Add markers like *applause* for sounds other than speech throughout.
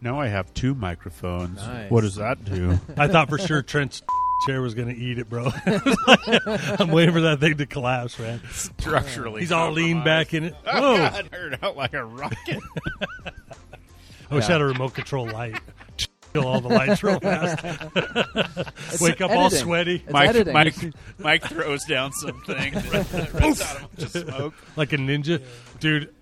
Now I have two microphones. Nice. What does that *laughs* do? I thought for sure Trent's *laughs* chair was going to eat it, bro. *laughs* I'm waiting for that thing to collapse, man. Structurally, He's all *laughs* leaned back in it. *laughs* Oh, Whoa! God, I heard out like a rocket. I wish I had a remote control light. *laughs* Kill all the lights real fast. *laughs* Wake up all editing. sweaty, It's Mike, editing. Mike, Mike throws down *laughs* something. Poof! Just smoke. like a ninja, dude.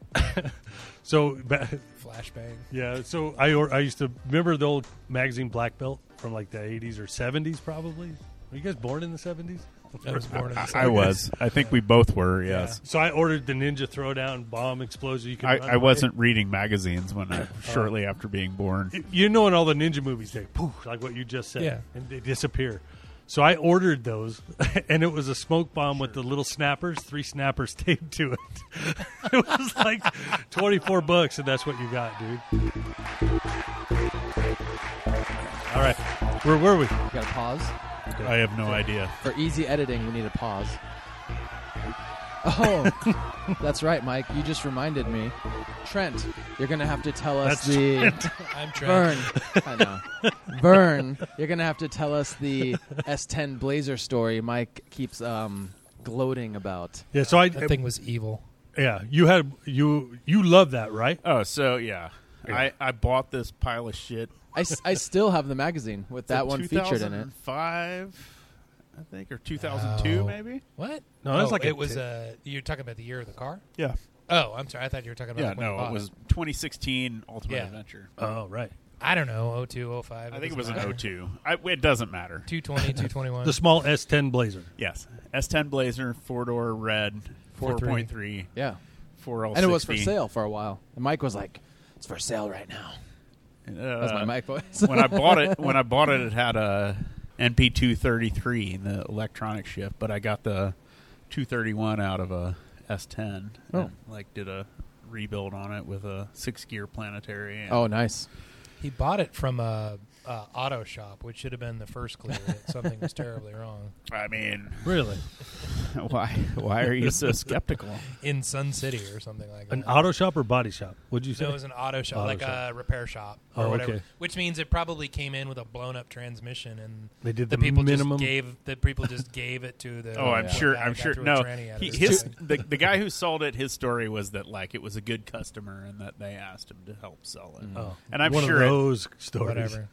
*laughs* so ba- Flashbang. yeah, so I or- I used to remember the old magazine Black Belt from like the 80s or 70s, probably. Were you guys born in the 70s? I was born *laughs* in the I was. I think we both were. Yes. So I ordered the Ninja Throwdown bomb explosion. You can I, run I away. wasn't reading magazines when I shortly after being *laughs* born. you know in all the ninja movies they poof like what you just said Yeah. and they disappear so i ordered those *laughs* and it was a smoke bomb with the little snappers three snappers *laughs* taped to it it *laughs* was like 24 bucks and that's what you got dude all right where were we We got to pause I have no idea. for easy editing. We need a pause. Oh, that's right, Mike. You just reminded me, Trent. You're gonna have to tell us That's the I'm trying. Vern. I know, Vern. You're gonna have to tell us the S10 Blazer story. Mike keeps um, gloating about. yeah so i That thing was evil. yeah you had you you love that right Oh, so yeah, I I bought this pile of shit. I, s- I still have the magazine with that one featured in it. Five, I think, or two thousand two, No. maybe. What? No, that's Oh, like a it was. tick. Uh, you're talking about the year of the car. Yeah. Oh, I'm sorry. I thought you were talking about. Yeah. like when you No, bought it was 2016 Ultimate Yeah. Adventure. oh right I don't know. 02, 05. I think it doesn't was an matter. 02. I, it doesn't matter. 220, 221. the small s10 blazer Yes, S10 Blazer, four door red, four point three, Yeah, four L. and it was for sale for a while. And Mike was like, "It's for sale right now." That's my mic voice. Uh, *laughs* when I bought it, when I bought it, it had a NP two thirty three in the electronic shift, but I got the two thirty one out of a S ten. Oh. like did a rebuild on it with a six gear planetary. And *laughs* oh, nice. He bought it from a, uh auto shop, which should have been the first clue that something was terribly wrong I mean, *laughs* really why why are you so skeptical? in Sun City or something like that. an auto shop or body shop would you say so it was an auto shop, Auto like shop. a repair shop or Oh, whatever. okay. Which means it probably came in with a blown up transmission, and They did the, the people minimum? just gave the people just gave it to the. Oh, I'm the sure. guy I'm that sure. threw a No, tranny out he, of his his thing. the, the guy who sold it. His story was that like it was a good customer and that they asked him to help sell it. oh, And I'm one sure it- of those stories *laughs* whatever.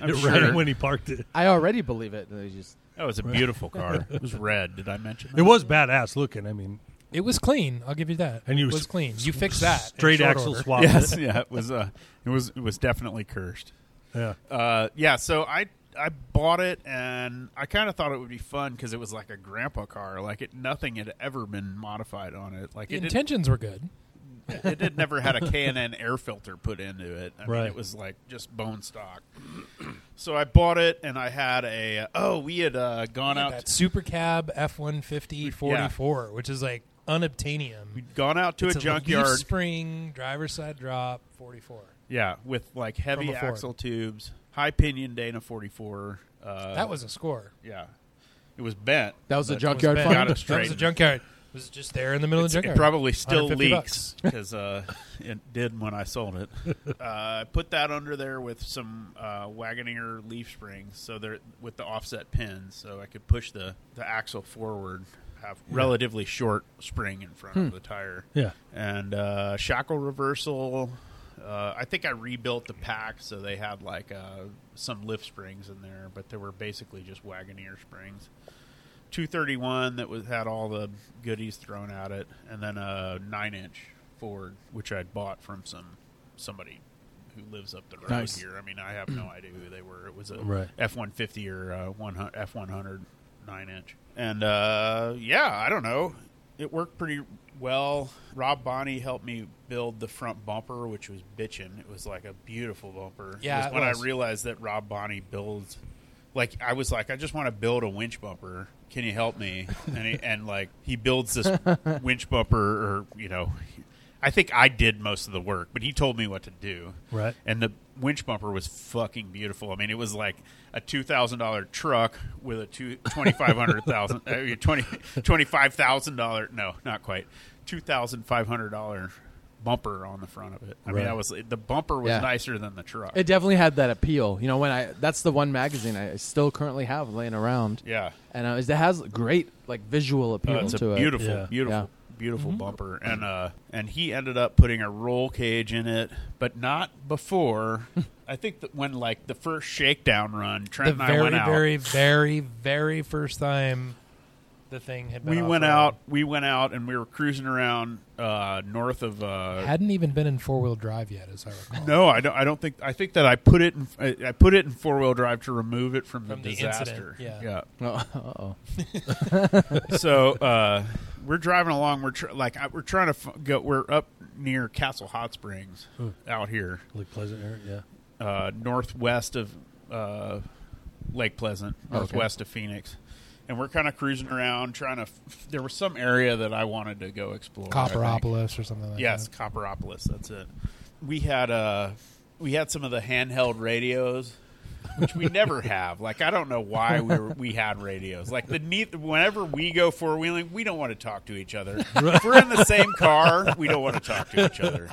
I'm it sure. ran when he parked it I already believe it. They just That was a beautiful *laughs* car. It was red. Did I mention that? It was badass looking. I mean, It was clean. I'll give you that. And you it was s- clean. You fixed that. in straight short axle order. swap. Yes, *laughs* yeah, it was. Uh, it was. It was definitely cursed. Yeah. Uh, yeah. So I I bought it and I kind of thought it would be fun because it was like a grandpa car. Like it, nothing had ever been modified on it. Like The it did, intentions were good. it had never had a K and N air filter put into it. I mean, Right. it was like just bone stock. So I bought it and I had a. Oh, we had uh, gone out. That Super Cab F one fifty forty four, which is like unobtainium. we'd gone out to It's a leaf junkyard. spring driver's side drop forty four. Yeah, with like heavy From a Ford. axle tubes, high pinion Dana 44. Uh, that was a score. yeah. It was bent. That was a but junkyard it was bent. Got it fund? That was a straightened. junkyard. It was just there in the middle It's- of the it junkyard. probably still 150 leaks bucks. because uh, *laughs* it did when I sold it. Uh, I put that under there with some uh, Wagoneer leaf springs, so they're with the offset pins, so I could push the, the axle forward. Have relatively short spring in front of the tire. Yeah. and uh, shackle reversal. Uh, I think I rebuilt the pack so they had like uh, some lift springs in there, but they were basically just Wagoneer springs. 231 that was had all the goodies thrown at it, and then a nine inch Ford which I'd bought from some somebody who lives up the road Nice. here. I mean, I have no idea who they were. It was a Right. F one fifty or uh, one F one hundred nine inch, and uh, yeah, I don't know. It worked pretty well. Rob Bonney helped me build the front bumper, which was bitchin'. It was like a beautiful bumper. it Yeah, was it when was. I realized that Rob Bonney builds, like I was like, I just want to build a winch bumper. Can you help me? And he, and like he builds this winch bumper, or you know, I think I did most of the work, but he told me what to do. Right. And the winch bumper was fucking beautiful. I mean, it was like a two thousand dollar truck with a two twenty five hundred thousand uh, twenty twenty five thousand dollar no, not quite two thousand five hundred dollar bumper on the front of it. I mean, Right. I was the bumper was Yeah. nicer than the truck. It definitely had that appeal. You know, when I that's the one magazine I still currently have laying around, yeah, and uh, it has great like visual appeal Uh, it's to a it. beautiful, Yeah. beautiful, Yeah. beautiful Mm-hmm. bumper, and uh, and he ended up putting a roll cage in it, but not *laughs* before. I think that when like the first shakedown run, Trent and the I very, went out. very, very, very first time the thing had been we off went road. out. We went out, and we were cruising around uh, north of. Uh, Hadn't even been in four wheel drive yet, as I recall. no, I don't. I don't think. I think that I put it. In, I, I put it in four wheel drive to remove it from, From the the disaster. incident, yeah. Oh, uh-oh. so uh, we're driving along. We're tr- like I, we're trying to f- go. We're up near Castle Hot Springs Hmm. Ooh. out here, Lake Pleasant, area, yeah. uh, northwest of uh, Lake Pleasant, Okay. northwest of Phoenix. And we're kind of cruising around, trying to. F- there was some area that I wanted to go explore. I think. Copperopolis or something like Yes, that. Copperopolis. That's it. We had uh, we had some of the handheld radios, which we never have. Like I don't know why we were, we had radios. Like the neat. Whenever we go four wheeling, we don't want to talk to each other. If we're in the same car, we don't want to talk to each other.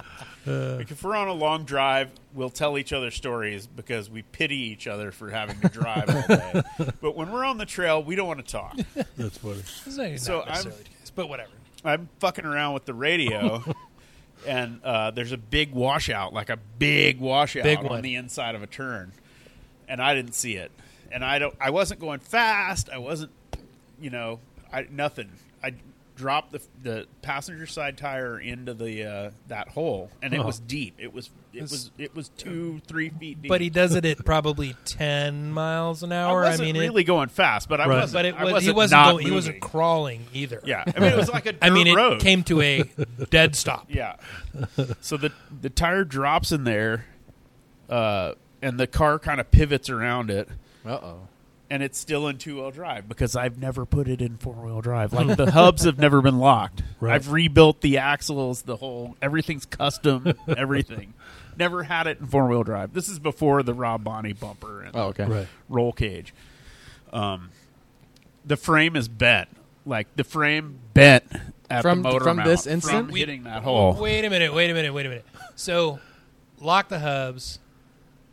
Like if we're on a long drive, we'll tell each other stories because we pity each other for having to drive all day. But when we're on the trail, we don't want to talk. That's funny. It's not- not So I'm- necessarily the case, but whatever. I'm fucking around with the *laughs* radio, and uh, there's a big washout, like a big washout Big on one. the inside of a turn, and I didn't see it, and I don't, I wasn't going fast, I wasn't, you know, I nothing. I dropped the the passenger side tire into the uh, that hole, and it Huh. was deep. It was it It's- was it was two three feet deep. But he does it at probably ten miles an I hour. I, wasn't mean, really going fast, but I Right. wasn't. it, but it I was, wasn't he wasn't not going, he wasn't moving. crawling either. yeah, I mean it was like a. *laughs* I mean, dirt it road. came *laughs* to a dead stop. Yeah. so the the tire drops in there, uh, and the car kind of pivots around it, Uh-oh. and it's still in two wheel drive because I've never put it in four wheel drive. Like the hubs have never been locked. Right. I've rebuilt the axles, the whole everything's custom, everything. Never had it in four wheel drive. This is before the Rob Bonnie bumper and Oh, okay. *laughs* Right. roll cage. Um, the frame is bent. Like the frame bent at From- the motor from mount this instant? from hitting that hole. Wait a minute, wait a minute, wait a minute. So, lock the hubs,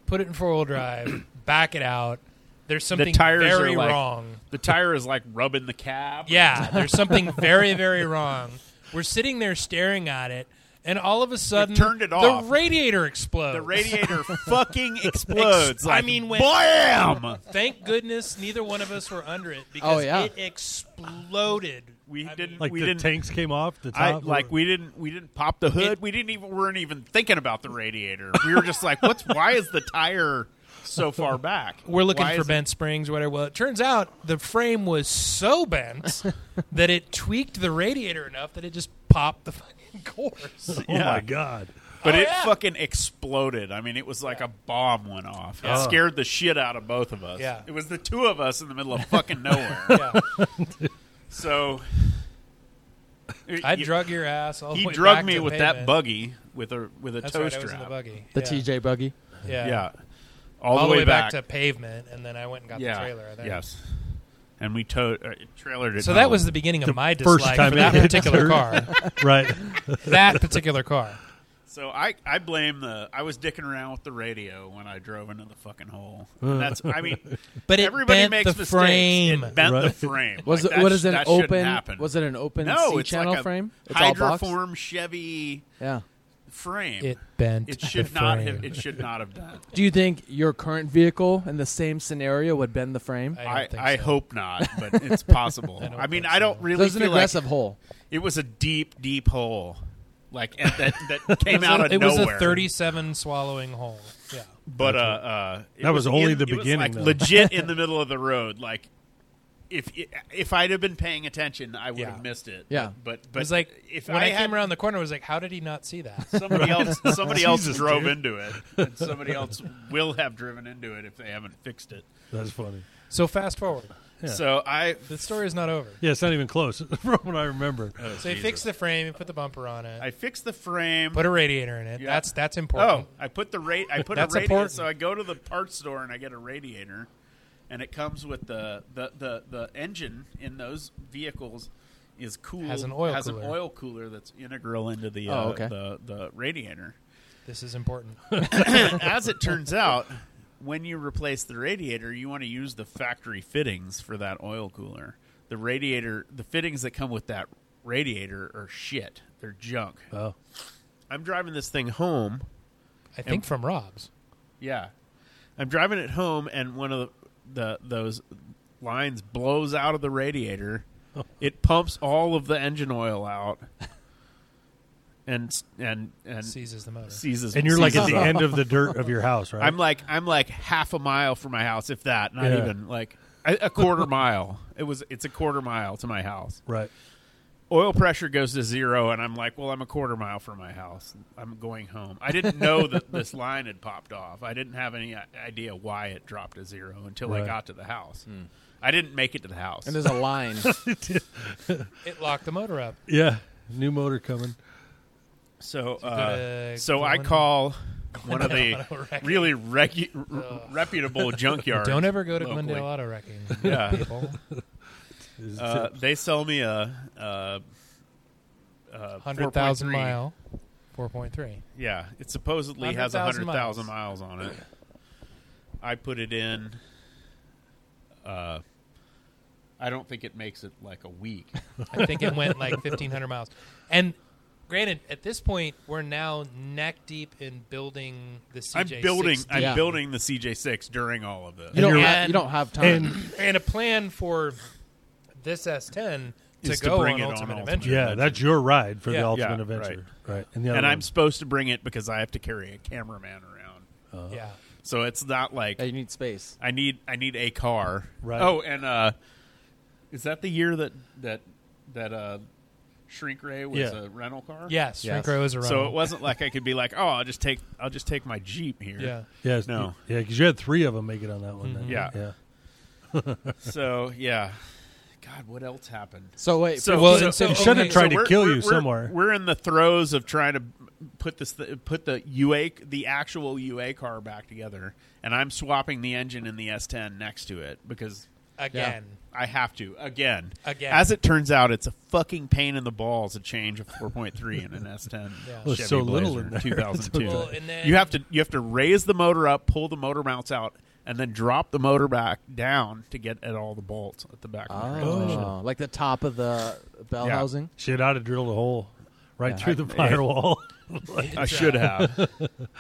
put it in four wheel drive, *coughs* back it out. There's something tires are very like- wrong. The tire is like rubbing the cab. Yeah, there's something very, very wrong. We're sitting there staring at it, and all of a sudden, turned it the off. radiator explodes. The *laughs* radiator fucking explodes. Ex- like, I mean, when- bam! Thank goodness neither one of us were under it because Oh, yeah. it exploded. We I didn't. Like we the didn't. tanks came off the I, top. like we didn't. We didn't pop the hood. It- we didn't even. weren't even thinking about the radiator. We were just like, "What's? Why is the tire so far back?" *laughs* We're looking Why for is it- bent springs, or whatever. Well, it turns out the frame was *laughs* so bent that it tweaked the radiator enough that it just popped the fucking *laughs* course. Oh yeah. my *laughs* god. But Oh, it yeah. fucking exploded. I mean, it was like a bomb went off. It Yeah. scared the shit out of both of us. Oh. Yeah. It was the two of us in the middle *laughs* of fucking nowhere. Yeah. So. I You- drug your ass. All the he way drug back me to the with that pavement. buggy with a with a That's tow right, I strap. was in the buggy. The yeah. TJ buggy. Yeah. Yeah. All, the way, back. to pavement, and then I went and got yeah. the trailer. I think. Yes. And we towed uh, trailered it. So that home. was the beginning of my first dislike time for that it- particular car. Right. that particular car. So I I blame the I was dicking around with the radio when I drove into the fucking hole. And that's I mean But Uh. *laughs* *laughs* it everybody bent makes the mistakes. frame. It bent the Right. *laughs* frame. Was Like, it that what sh- is it an that shouldn't open happen. was it an open no, C it's channel like a frame? It's all box. hydroform Chevy Yeah. frame. It bent. *laughs* It should the not frame. have it should not have done. Do you think your current vehicle in the same scenario would bend the frame? I, I, don't think I so. hope not, *laughs* but it's possible. I, don't mean, think I don't so. really There's an feel aggressive like hole. it was a deep, deep hole, like and that that came *laughs* It was out a- of it was nowhere. a 37 swallowing hole. Yeah. but uh, uh, it That was only in- the it was, beginning, like, though. legit in the *laughs* middle of the road. Like if if I'd have been paying attention, I would Yeah. have missed it. Yeah. but but It was like if when I, I, had came around the corner, I was like, how did he not see that? *laughs* somebody else somebody else Jesus, drove dude. into it, and somebody *laughs* else will have driven into it if they haven't fixed it. That's funny. so fast forward. Yeah. So I The story is not over. Yeah, it's not even close *laughs* from what I remember. So he fixed the frame, he put the bumper on it, I fixed the frame. put a radiator in it. Yeah. That's that's important. Oh, I put the rate. I put a That's radiator. important. So I go to the parts store and I get a radiator, and it comes with the the the, the engine in those vehicles is cool Has an oil has an cooler. oil cooler that's integral into the Oh, uh, okay. the the radiator. *coughs* This *laughs* is important. As it turns out, when you replace the radiator, you want to use the factory fittings for that oil cooler. The radiator, the fittings that come with that radiator are shit. They're junk. Oh, I'm driving this thing home. I think from Rob's. Yeah. I'm driving it home and one of the, the those lines blows out of the radiator. It pumps all of the engine oil out. *laughs* And and and Seizes the motor. seizes and you're like at seizes *laughs* the up. end of the dirt of your house, right? I'm like I'm like half a mile from my house, if that. Not Yeah. even like a, a quarter *laughs* mile. It was. It's a quarter mile to my house. right. Oil pressure goes to zero, and I'm like, well, I'm a quarter mile from my house. I'm going home. I didn't know *laughs* that this line had popped off. I didn't have any i- idea why it dropped to zero until I Right. got to the house. I didn't make it to the house. And there's *laughs* a line. It locked the motor up. Yeah, new motor coming. So, gotta uh, so go I in- call *laughs* one of the Auto Wreck. really regu- r- reputable junkyards. *laughs* Don't ever go to locally. Glendale Auto Wrecking. *laughs* Yeah. People. Is- Uh, they sell me a, a, a 100,000 4.3. mile, 4.3. Yeah, it supposedly has a 100,000 hundred thousand miles on it. I put it in. Uh, I don't think it makes it like a *laughs* week. I think it went like 1,500 miles. And granted, at this point, we're now neck deep in building the CJ. I'm building. I'm Yeah. building the CJ6 during all of this. You don't, you're- have, you don't have time. and and a plan for this S10 to Is to go bring on it on Ultimate Ultimate. Adventure. yeah, that's your ride for Yeah. the ultimate Yeah, adventure, right? And, the other and I'm one- supposed to bring it because I have to carry a cameraman around. Yeah. So it's not like Yeah, you need space. I need I need a car. Right. Oh, and uh, is that the year that that that uh, Shrink Ray was Yeah. a rental car? Yes, Yes. Shrink Ray was around. So it wasn't like I could be like, oh, I'll just take I'll just take my Jeep here. Yeah. yeah, it's- No. yeah, because you had three of them make it on that one. then. Yeah. yeah. So yeah, God, what else happened? So wait, So, well, so, and so- Oh, so You should have okay, tried we're- to kill we're- you we're- somewhere. We're in the throes of trying to put this put the UA the actual UA car back together, and I'm swapping the engine in the S10 next to it because Again. I have to again. Again. as it turns out, it's a fucking pain in the balls to change a 4.3 in an S10 *laughs* Yeah. Chevy There's so little Blazer in there. *laughs* 2002. Well, and then- you have to you have to raise the motor up, pull the motor mounts out, and then drop the motor back down to get at all the bolts at the back. Ah. Of the transmission. Oh, like the top of the bell Yeah. housing. Shit, I'd have drilled a hole right Yeah. through the *laughs* firewall. *laughs* *laughs* I should *laughs* have.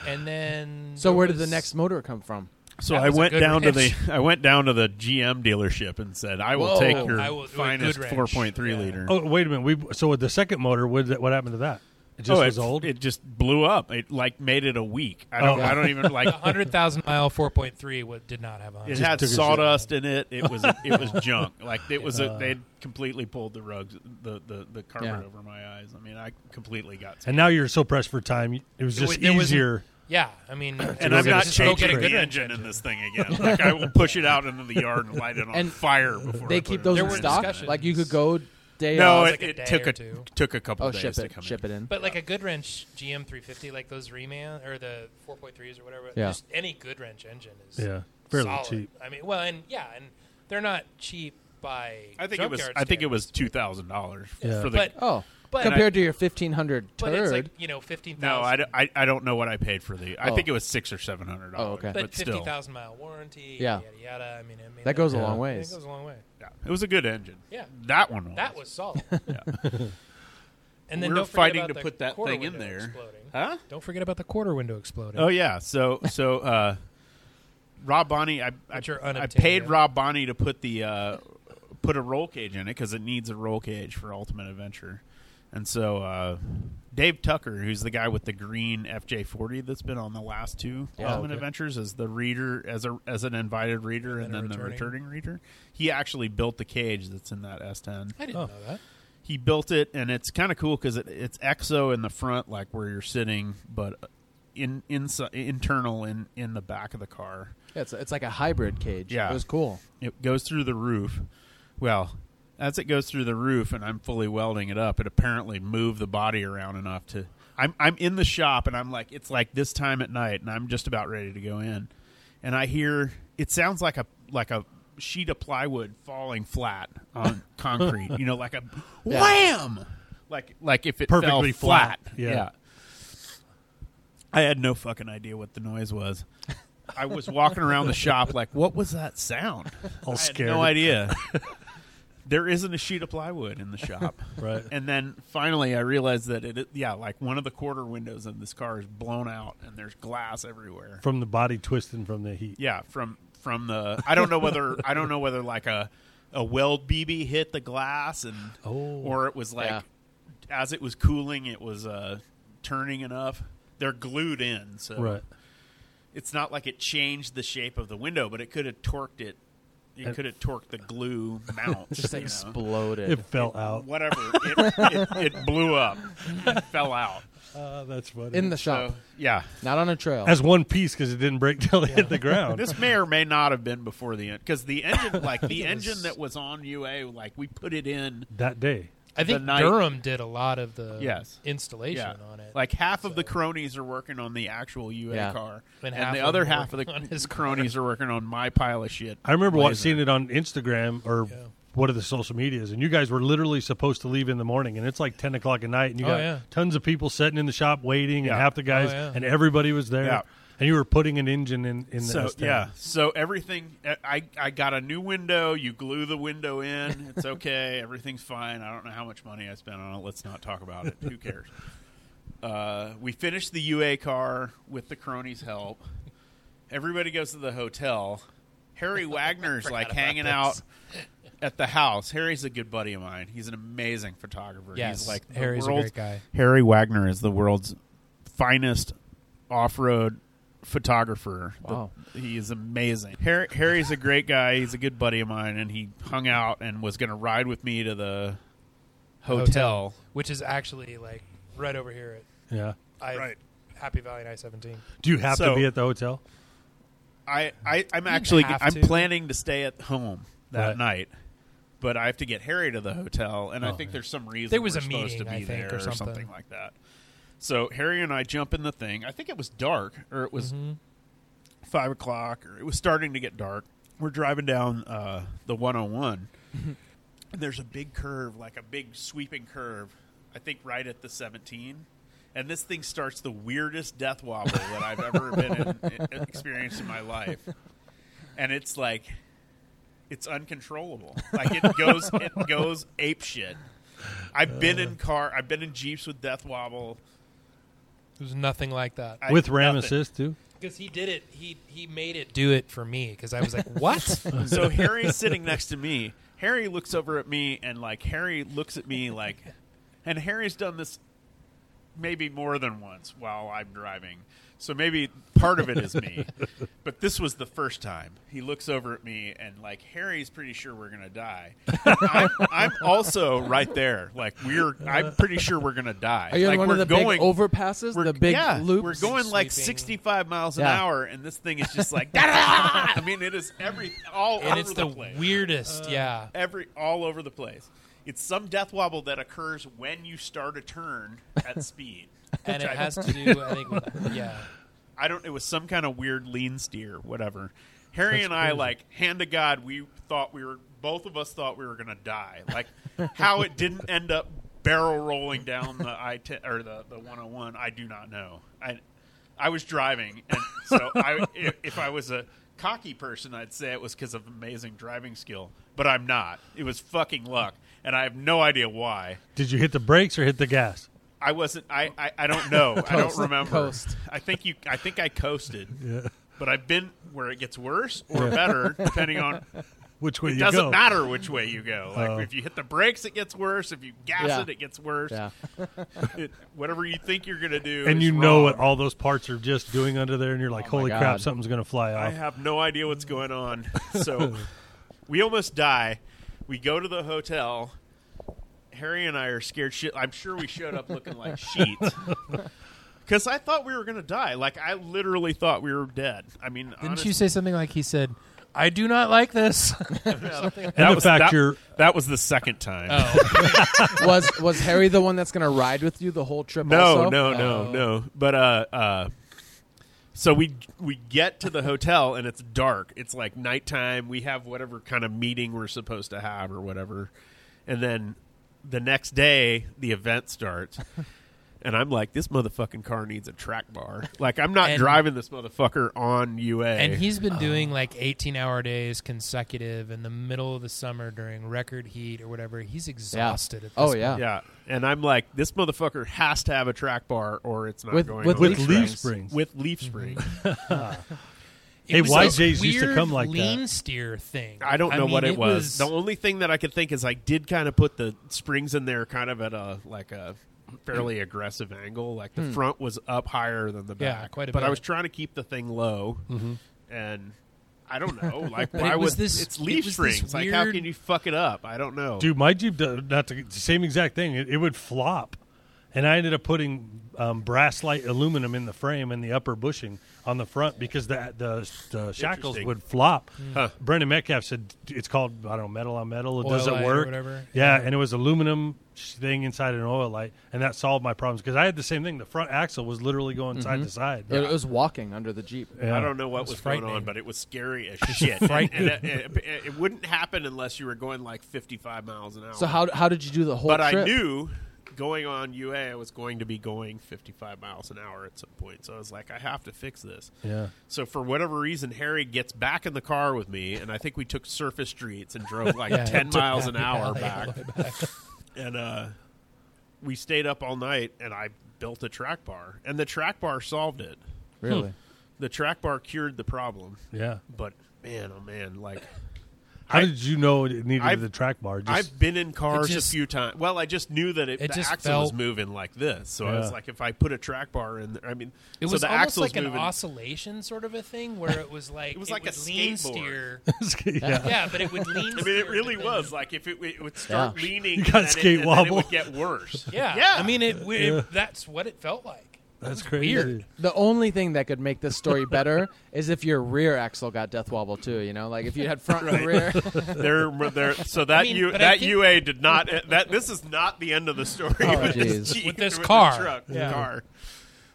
And then. So there where did the was- next motor come from? So That I was a went good down wrench. to the I went down to the GM dealership and said, "I will Whoa. take your I will do a good finest wrench. 4.3 Yeah. liter." oh, wait a minute. We so with the second motor, what, did- what happened to that? It just Oh, was it, old. It just blew up. It like made it a week. I don't. Oh. I don't even *laughs* like. The 100,000 mile 4.3 what did not have a It 100. had took a shit. sawdust in it. It was it *laughs* was junk. Like it was a, they had completely pulled the rugs the the, the carpet Yeah. over my eyes. I mean, I completely got. and now you're so pressed for time. It was wa- just there *laughs* was- easier. Yeah, I mean, and go I'm get not a- just go get a changing good the engine. engine in this thing *laughs* again. Like I will push it out into the yard and light it on And fire before I They put keep it those There in were stock. discussions. Like you could go day No, off. it, like a it day took or a two. took a couple oh, days ship to it, come ship in. it in. But like a good wrench GM 350, like those reman or the 4.3s or whatever, Yeah. just any good wrench engine is Yeah, fairly solid. cheap. I mean, well, and yeah, and they're not cheap by I think it was. junkyard I think it was standards, two thousand dollars Yeah. for the. but Oh, But- compared to your fifteen hundred but it's like turd, you know 15,000 no, I, don't- I, I don't know what I paid for the. I Oh. think it was six or seven hundred dollars. Oh, okay. but, but still, 50,000 mile warranty, Yeah. yada yada. I mean, I mean that goes a Yeah. long I think ways. it goes a long way. yeah, it was a good engine. Yeah. that one. Was. That *laughs* was solid. and We then were don't forget fighting about to the put that quarter thing in window there. exploding. huh? Don't forget about the quarter window exploding. Oh yeah. So so uh, Rob Bonnie, I I, Which are I unobtainium. paid Rob Bonnie to put the uh, put a roll cage in it because it needs a roll cage for Ultimate Adventure, and so uh, Dave Tucker, who's the guy with the green FJ40 that's been on the last two Oh, Yeah, Ultimate okay. Adventures as the reader as a as an invited reader and, then a then the returning. returning reader, he actually built the cage that's in that S10 I didn't know that. he built it and it's kind of cool because it, it's exo in the front like where you're sitting but in, inside internal in in the back of the car Yeah, it's, it's like a hybrid cage. Yeah. it was cool. it goes through the roof well as it goes through the roof and i'm fully welding it up it apparently moved the body around enough to i'm i'm in the shop and i'm like it's like this time at night and i'm just about ready to go in and i hear it sounds like a like a sheet of plywood falling flat on concrete. You know, like a Yeah. wham, like like if it fell Perfectly flat. flat. Yeah. I had no fucking idea what the noise was. I was walking around the shop like, what was that sound? All I had scared. no idea. there isn't a sheet of plywood in the shop. *laughs* Right. And then finally, I realized that it, yeah, like one of the quarter windows in this car is blown out, and there's glass everywhere. From the body twisting from the heat. Yeah, from from the I don't know whether I don't know whether like a a weld BB hit the glass and Oh. or it was like Yeah. as it was cooling, it was uh, turning enough. They're glued in, so Right. it's not like it changed the shape of the window, but it could have torqued it. It could have torqued the glue *laughs* mount. Just you know? exploded. It fell out. whatever. It, it, it blew up. It fell out. Uh, that's funny. in the shop, So, yeah. not on a trail. As one piece because it didn't break till it *laughs* hit the ground. This may or may not have been before the end because the engine, *laughs* like the engine that was on UA, like we put it in. that day. I The think night- Durham did a lot of the Yes. Yeah, installation on it. like half of the cronies are working on the actual UA Yeah. car, and, And half the of other them are half of the working on his car. cronies are working on my pile of shit. I remember Blazer. what, seeing it on Instagram or Yeah. one of the social medias, and you guys were literally supposed to leave in the morning, and it's like ten o'clock at night, and you Oh, got yeah. tons of people sitting in the shop waiting, Yeah. and half the guys, Oh, yeah. and everybody was there, Yeah. and you were putting an engine in in the so S10. yeah so everything I, I got a new window you glue the window in it's okay everything's fine i don't know how much money i spent on it let's not talk about it who cares uh, we finished the ua car with the cronies help everybody goes to the hotel harry wagner's like hanging out at the house harry's a good buddy of mine he's an amazing photographer yes, he's like the Harry's a world's great guy. Harry Wagner is the world's finest off-road photographer. The- Wow. he is amazing. Harry, Harry's a great guy. He's a good buddy of mine, and he hung out and was going to ride with me to the hotel. which is actually like right over here yeah. at I Right. Happy Valley and I seventeen. Do you have So- to be at the hotel? I, I, I'm actually have I'm to. planning to stay at home that Right. night, but I have to get Harry to the hotel, and I Oh, think yeah. there's some reason There was we're a supposed meeting, to I be think, there or or something. something. like that. So Harry and I jump in the thing. I think it was dark, or it was Mm-hmm. five o'clock, or it was starting to get dark. We're driving down uh, the *laughs* 101, and there's a big curve, like a big sweeping curve. I think right at the 17, and this thing starts the weirdest death wobble that I've *laughs* ever been in, experienced in my life, and it's like it's uncontrollable. Like it goes, it goes ape shit. I've been in car, I've been in jeeps with death wobble There's nothing like that I- With ram nothing. assist too. because he did it. He he made it do it for me because I was *laughs* like, what? *laughs* so Harry's sitting next to me. Harry looks over at me and like Harry looks at me like and Harry's done this maybe more than once while I'm driving. So maybe part of it is me. but this was the first time. He looks over at me and like Harry's pretty sure we're going to die. I'm, I'm also right there. Like we're I'm pretty sure we're going to die. Are you on like one we're of the going big overpasses? we're- The big yeah, loops? We're going like Sweeping. 65 miles an Yeah. hour, and this thing is just *laughs* like, "Da-da-da!" I mean, it is every all and over it's the the, place. weirdest. yeah, every all over the place. It's some death wobble that occurs when you start a turn at *laughs* speed. and it has to do. I think with, yeah. I don't. It was some kind of weird lean steer, whatever. Harry That's and I, crazy. like hand to God, we thought we were both of us thought we were going to die. Like how it didn't end up barrel rolling down the I ten or the the one hundred one. I do not know. I I was driving, and so I if, if I was a cocky person, I'd say it was because of amazing driving skill. But I'm not. It was fucking luck, and I have no idea why. Did you hit the brakes or hit the gas? I wasn't. I. I, I don't know. I don't Coast. remember. Coast. I think you. I think I coasted. But I've been where it gets worse or better, depending *laughs* on. Which way It you doesn't go? matter which way you go. Like Oh. if you hit the brakes, it gets worse. If you gas Yeah. it, it gets worse. yeah. It- whatever you think you're gonna do, And is you know wrong. Oh what all those parts are just doing under there, and you're like, my "Holy God. crap, something's gonna fly I off!" have no idea what's going *laughs* on. So we almost die. We go to the hotel. Harry and I are scared shit. I'm sure we showed up looking *laughs* like sheep. Because I thought we were going to die. Like, I literally thought we were dead. I mean, *laughs* Didn't honest- you say something like he said? I do not like *laughs* this. and the fact that, you're that was the second time. Oh. Oh, *laughs* was was Harry the one that's gonna ride with you the whole trip? No, also? no, no, no. But uh, uh, So we we get to the hotel and it's dark. It's like nighttime. We have whatever kind of meeting we're supposed to have or whatever. And then the next day the event starts. And I'm like, this motherfucking car needs a track bar. Like I'm not And- driving this motherfucker on UA. And he's been doing like 18 hour days consecutive in the middle of the summer during record heat or whatever. He's exhausted at this Oh, point. yeah. yeah. And I'm like, this motherfucker has to have a track bar or it's not With- going with on. with Leaf leaf springs. springs. with leaf spring. It Hey, was YJs a used to weird come like that. lean steer thing. I don't know mean, what it, was. was. The only thing that I could think is I did kind of put the springs in there kind of at a like a fairly aggressive angle. Like the front was up higher than the Yeah, back. quite a but I bit. was trying to keep the thing low. And I don't *laughs* know. Like But why it was would this- it's it leaf was this springs. Like how weird- can you fuck it up? I don't know. Dude, my Jeep, does, not the same exact thing. It, it would flop. And I ended up putting um, brass light aluminum in the frame and the upper bushing on the front because the, the, the shackles Interesting. would flop. Huh. Brendan Metcalf said it's called, I don't know, metal on metal. Hmm. Oil Does it light or work? whatever. Yeah, Yeah. and it was aluminum sh- thing inside an oil light. And that solved my problems because I had the same thing. The front axle was literally going side to side. It, it was walking under the jeep. Yeah. I don't know what was was going on, frightening. but it was scary as shit. And- and it, it- it wouldn't happen unless you were going like 55 miles an hour. So how how did you do the whole but trip? I knew going on UA, I was going to be going 55 miles an hour at some point. So I was like, I have to fix this. Yeah. So for whatever reason, Harry gets back in the car with me, and I think we took surface streets and drove like 10 miles an hour back. *laughs* And uh, we stayed up all night, and I built a track bar, and the track bar solved it. Really? The track bar cured the problem, Yeah. but man, oh man, like How did you know it needed I've- the track bar? Just, I've been in cars It just- a few times. Well, I just knew that it, It the just axle was felt- moving like this, so I Yeah. was like, if I put a track bar in, there, I mean, It so was the almost axle's like an moving. oscillation sort of a thing where it was *laughs* like It was like a would lean skateboard. *laughs* steer. *laughs* yeah. yeah, but it would lean. I mean, it really was like if it, it would start Yeah. leaning, You got and then skate it, and then it wobble. would get worse. *laughs* Yeah, yeah. I mean, it, it, Yeah. That's what it felt like. That's It was crazy. Weird. The only thing that could make this story better *laughs* is if your rear axle got death wobble too. You know, like if you had front *laughs* and rear. there, there. So that mean, U, but I that think- UA did not. That this is not the end of the story Oh, *laughs* with, geez. this Jeep, With this the car. truck, the Yeah. car.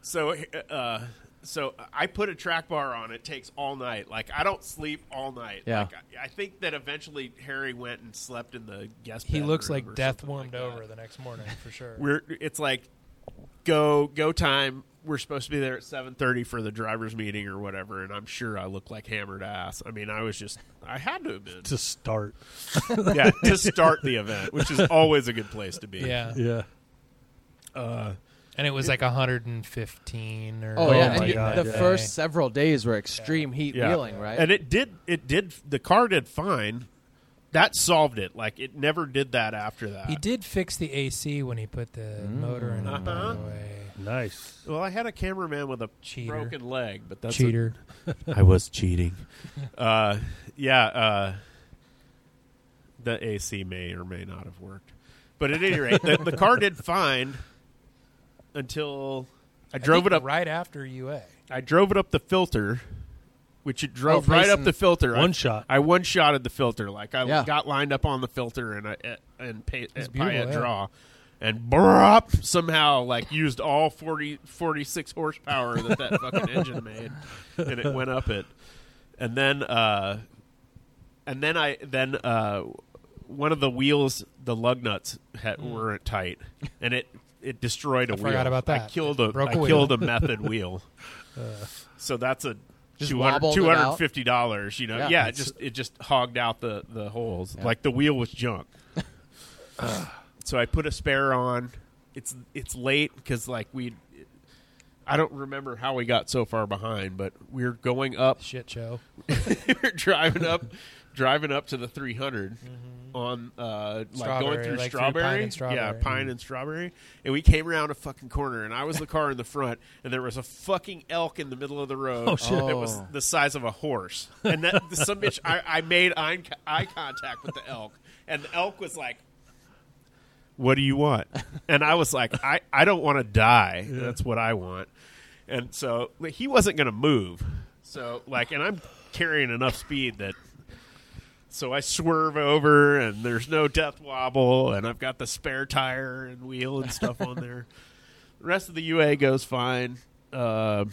So, uh, so I put a track bar on. It takes all night. Like I don't sleep all night. Yeah. Like, I, I think that eventually Harry went and slept in the guest. He looks bedroom like or death something like warmed that. over the next morning for sure. We're. It's like go go time. We're supposed to be there at seven thirty for the drivers' meeting or whatever, and I'm sure I look like hammered ass. I mean, I was just, I had to have been To start. yeah, to start the event, which is always a good place to be. yeah. Yeah. and it was like 115 or Oh, Oh yeah, my and you- God, the yeah. first several days were extreme heat Yeah. wheeling, right? And it did. It did. The car did fine. That solved it. Like it never did that after that. He did fix the AC when he put the motor in. it, By Uh-huh. the way, Nice. Well, I had a cameraman with a Cheater. broken leg, but that's cheater. *laughs* I was cheating. *laughs* uh, yeah. Uh, the AC may or may not have worked, but at any rate, the, the car did fine until I I drove think it up. right after UA. I drove it up the filter, which it drove Oh, right up Mason- the filter. One I, shot. I one shotted the filter. Like I Yeah. got lined up on the filter and I eh, and pay, by beautiful, a yeah. draw, and brop, somehow like used all 40, 46 horsepower that *laughs* that fucking engine made, and it went up it, and then uh, and then I then uh, one of the wheels, the lug nuts had, weren't tight, and it it destroyed a wheel. Hmm. forgot about I that. killed a, Broke I a wheel. killed a method *laughs* wheel. So that's a Just 200, wobbled it out? $250, you know. Yeah, Yeah. it just it just hogged out the the holes. Like the wheel was *laughs* junk. so I put a spare on. It's it's late cuz like we I don't remember how we got so far behind, but we're going up Shit show. *laughs* we're driving up driving up to the 300 on uh like going Mm-hmm. Strawberry, through like through strawberry. Pine and Strawberry. yeah pine Mm. and strawberry and we came around a fucking corner and i was the car in the front and there was a fucking elk in the middle of the road Oh, shit. that was Oh. the size of a horse and that some bitch I, I made eye, eye contact with the elk and the elk was like what do you want? And I was like, I, I don't want to die. That's what I want. And so like, he wasn't going to move. So, like, and I'm carrying enough speed that. So I swerve over, and there's no death wobble, and I've got the spare tire and *laughs* wheel and stuff on there. The rest of the UA goes fine. Uh,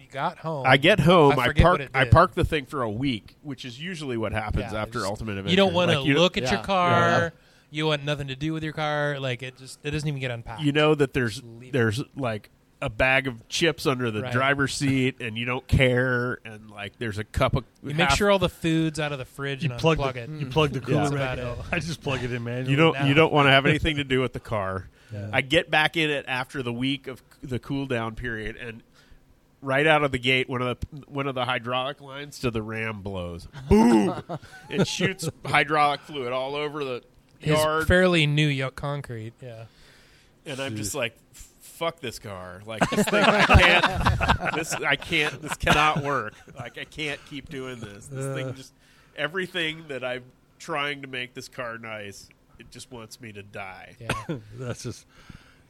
You got home. I get home. I I, forget what park. it I did. park the thing for a week, which is usually what happens Yeah, after just- Ultimate Adventure. you don't want to Like, you- look at yeah, your yeah. car. You want nothing to do with your car. Like it just it doesn't even get unpacked. You know that there's leave it. there's like a bag of chips under the Right. driver's seat, and you don't care, and like there's a cup of. you make half- sure all the food's out of the fridge You and plug, unplug the, hmm, it. you plug the cooler That's rack about it. out. *laughs* I just plug it in manually. you don't now. you don't want to have anything to do with the car. Yeah. I get back in it after the week of c- the cool down period, and right out of the gate, one of the one of the hydraulic lines to the ram blows. Boom! it shoots hydraulic fluid all over the His yard, fairly new yo- concrete. Yeah. and I'm just like, "F- "Fuck this car! Like this thing, I can't. *laughs* This I can't. This cannot work. Like I can't keep doing this. This Uh. thing just everything that I'm trying to make this car nice, it just wants me to die." *laughs* Yeah. That's just.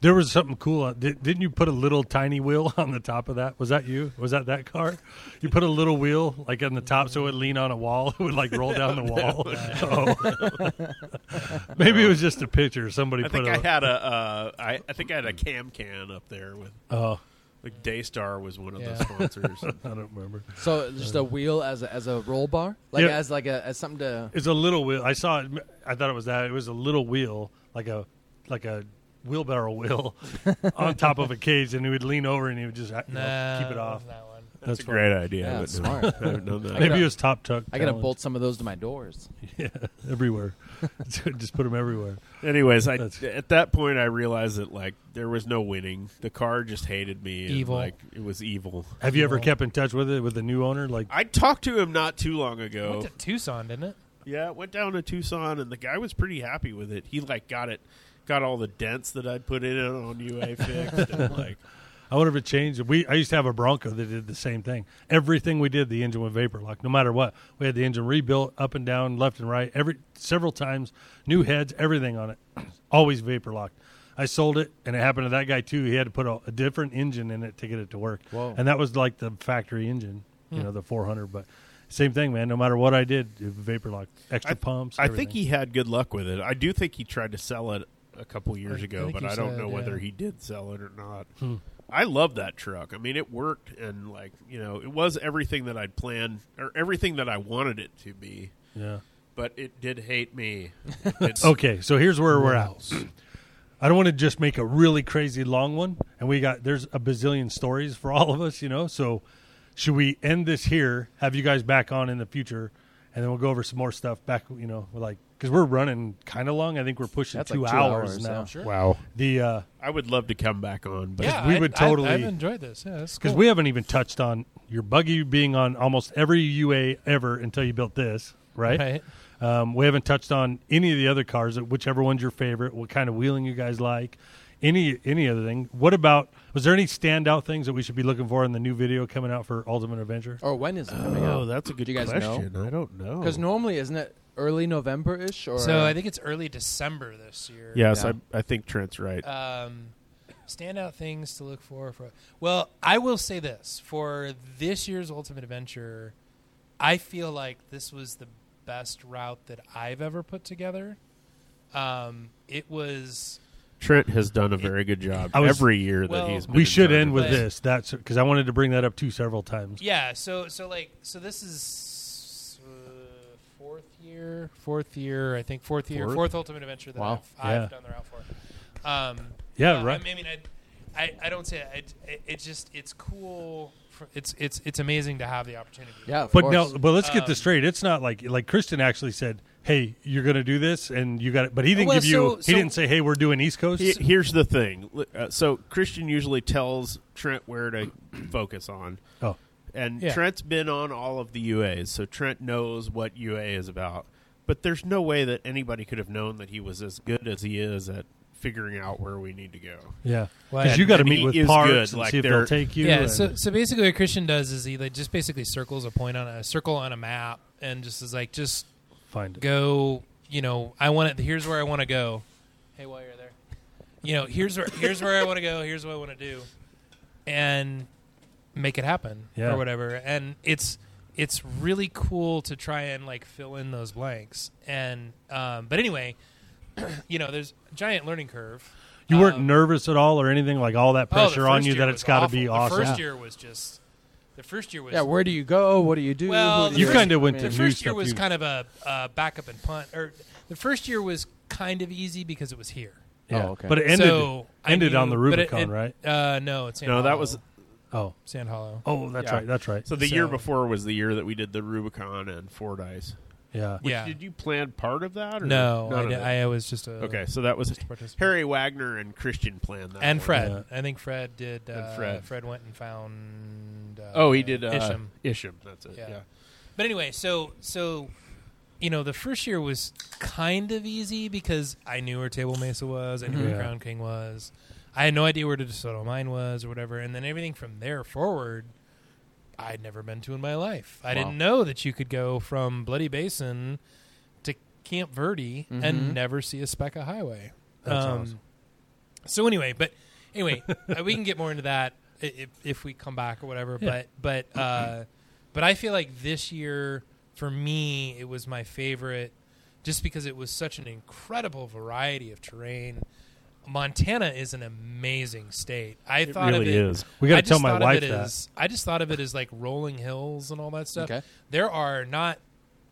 There was something cool. On, did, didn't you put a little tiny wheel *laughs* on the top of that? Was that you? Was that that car? You put a little wheel like on the top so it would lean on a wall. *laughs* It would like roll down the *laughs* wall. *laughs* Oh. Maybe it was just a picture. Somebody I put think a. I had a uh, I, I think I had a cam can up there with oh, like Daystar was one of Yeah. the sponsors. I don't remember. So just a wheel as a, as a roll bar, like Yeah. as like a as something to. It's a little wheel. I saw it. I thought it was that. It was a little wheel, like a like a *laughs* wheelbarrow wheel, on top of a cage, and he would lean over and he would just you know, Nah, keep it off. wasn't That one. That's, a fun. great idea. Yeah, but it's no, smart. I haven't done that. I Maybe gotta- it was top tuck. I gotta challenge. bolt some of those to my doors. Yeah, everywhere. *laughs* just put them everywhere. Anyways, I That's- at that point I realized that like there was no winning. The car just hated me. and, Evil. like it was evil. Have you ever kept in touch with it with the new owner? Like, I talked to him not too long It ago. Went to Tucson, didn't it? yeah, it went down to Tucson, and the guy was pretty happy with it. He like got it, got all the dents that I'd put in it on UA fixed. and, like I wonder if it changed. We I used to have a Bronco that did the same thing. Everything we did, the engine would vapor lock, no matter what. We had the engine rebuilt up and down, left and right, every several times, new heads, everything on it, *clears throat* always vapor locked. I sold it, and it happened to that guy too. He had to put a, a different engine in it to get it to work, Whoa. and that was like the factory engine, you Hmm. know, the 400. But same thing, man. No matter what I did, it vapor locked, extra I- pumps. I think everything. he had good luck with it. I do think he tried to sell it a couple years I ago, think but he I don't said, know whether yeah. he did sell it or not. I love that truck. I mean, it worked, and like you know, it was everything that I'd planned or everything that I wanted it to be. yeah. But it did hate me. It's, Okay, so here's where we're at. I don't want to just make a really crazy long one, and we got there's a bazillion stories for all of us, you know. So, should we end this here? Have you guys back on in the future, and then we'll go over some more stuff back, you know, like because we're running kind of long. I think we're pushing That's two, like two hours, hours, now. yeah. Sure. Wow, The uh, I would love to come back on, but Yeah, we I- would I- totally- I've enjoyed this. Yeah, that's because cool. we haven't even touched on your buggy being on almost every UA ever until you built this, right? Right. Um, we haven't touched on any of the other cars, whichever one's your favorite, what kind of wheeling you guys like, any any other thing. What about? Was there any standout things that we should be looking for in the new video coming out for Ultimate Adventure? Or when is it coming oh, out? that's a good Do you guys know? question. I don't know Because normally isn't it early November ish? Or uh, So I think it's early December this year. Yes, Yeah. Uh, I, I think Trent's right. um, standout things to look for for well i will say this for this year's ultimate adventure i feel like this was the best route that i've ever put together um, it was Trent has done a very good job I was- every year Well, that he's. Been we in should charge end of with it. Right. this. That's because I wanted to bring that up too several times. yeah so so like so this is uh, fourth year fourth year i think fourth year Fourth? fourth, ultimate adventure that Wow. I've, Yeah. I've done the route for um, Yeah, Uh, right. I, mean, I, I, I don't say it. It, it just it's cool. For, it's it's it's amazing to have the opportunity. Yeah, of But course. now, but let's get Um, this straight. It's not like like Kristen actually said, "Hey, you're going to do this," and you got it. But he didn't Well, give you. so- he so- didn't say, "Hey, we're doing East Coast." He- here's the thing. L- Uh, so Christian usually tells Trent where to *clears throat* focus on, oh, and Yeah. Trent's been on all of the UAs, so Trent knows what UA is about. But there's no way that anybody could have known that he was as good as he is at figuring out where we need to go. yeah. Well, Because you got to and meet he with is Parks good, and like, see if they're- they'll take you. Yeah. and- So so basically, what Christian does is he like just basically circles a point on a circle on a map and just is like, just find it. go. You know, I want it. Here's where I want to go. Hey, while you're there, you know, here's where here's where I want to go. Here's what I want to do, and make it happen Yeah. or whatever. And it's it's really cool to try and like fill in those blanks. And um, but anyway, *clears throat* you know, there's a giant learning curve. You weren't Um, nervous at all or anything like all that Oh, the pressure on first you year that was it's got to be awful. awesome. The first year was just The first year was Yeah, where do you go? What do you do? Well, Who do You kinda went I the mean, to- first new year stuff was you- kind of a uh, backup and punt, or the first year was kind of easy because it was here. Yeah. Oh, okay. But it ended so I ended on the knew- but it- Rubicon, it- right? Uh, no, it's Sand No, that Hollow. was Oh, Sand Hollow. oh, that's Yeah. right, that's right. so. The year So- before was the year that we did the Rubicon and Fordyce. *laughs* Yeah, Which, Yeah. Did you plan part of that? Or No, none I, of did, it? I was just a okay, so that was just a participant. Harry Wagner and Christian planned that. and one. Fred. Yeah. I think Fred did. Uh, Fred. Fred. went and found. Uh, Oh, he did uh, Isham. Isham. That's it. Yeah. Yeah. But anyway, so so you know, the first year was kind of easy because I knew where Table Mesa was, I knew Yeah. where Crown King was. I had no idea where DeSoto Mine was or whatever, and then everything from there forward I'd never been to in my life. I Wow. didn't know that you could go from Bloody Basin to Camp Verde Mhm. and never see a speck of highway. Um, That's awesome. So anyway, but anyway, *laughs* uh, we can get more into that i- if, if we come back or whatever. Yeah. But but uh, but I feel like this year for me it was my favorite, just because it was such an incredible variety of terrain. Montana is an amazing state. I thought really of it. is. We got I to just tell my thought of wife it that. as- I just thought of it as like rolling hills and all that stuff. Okay. There are not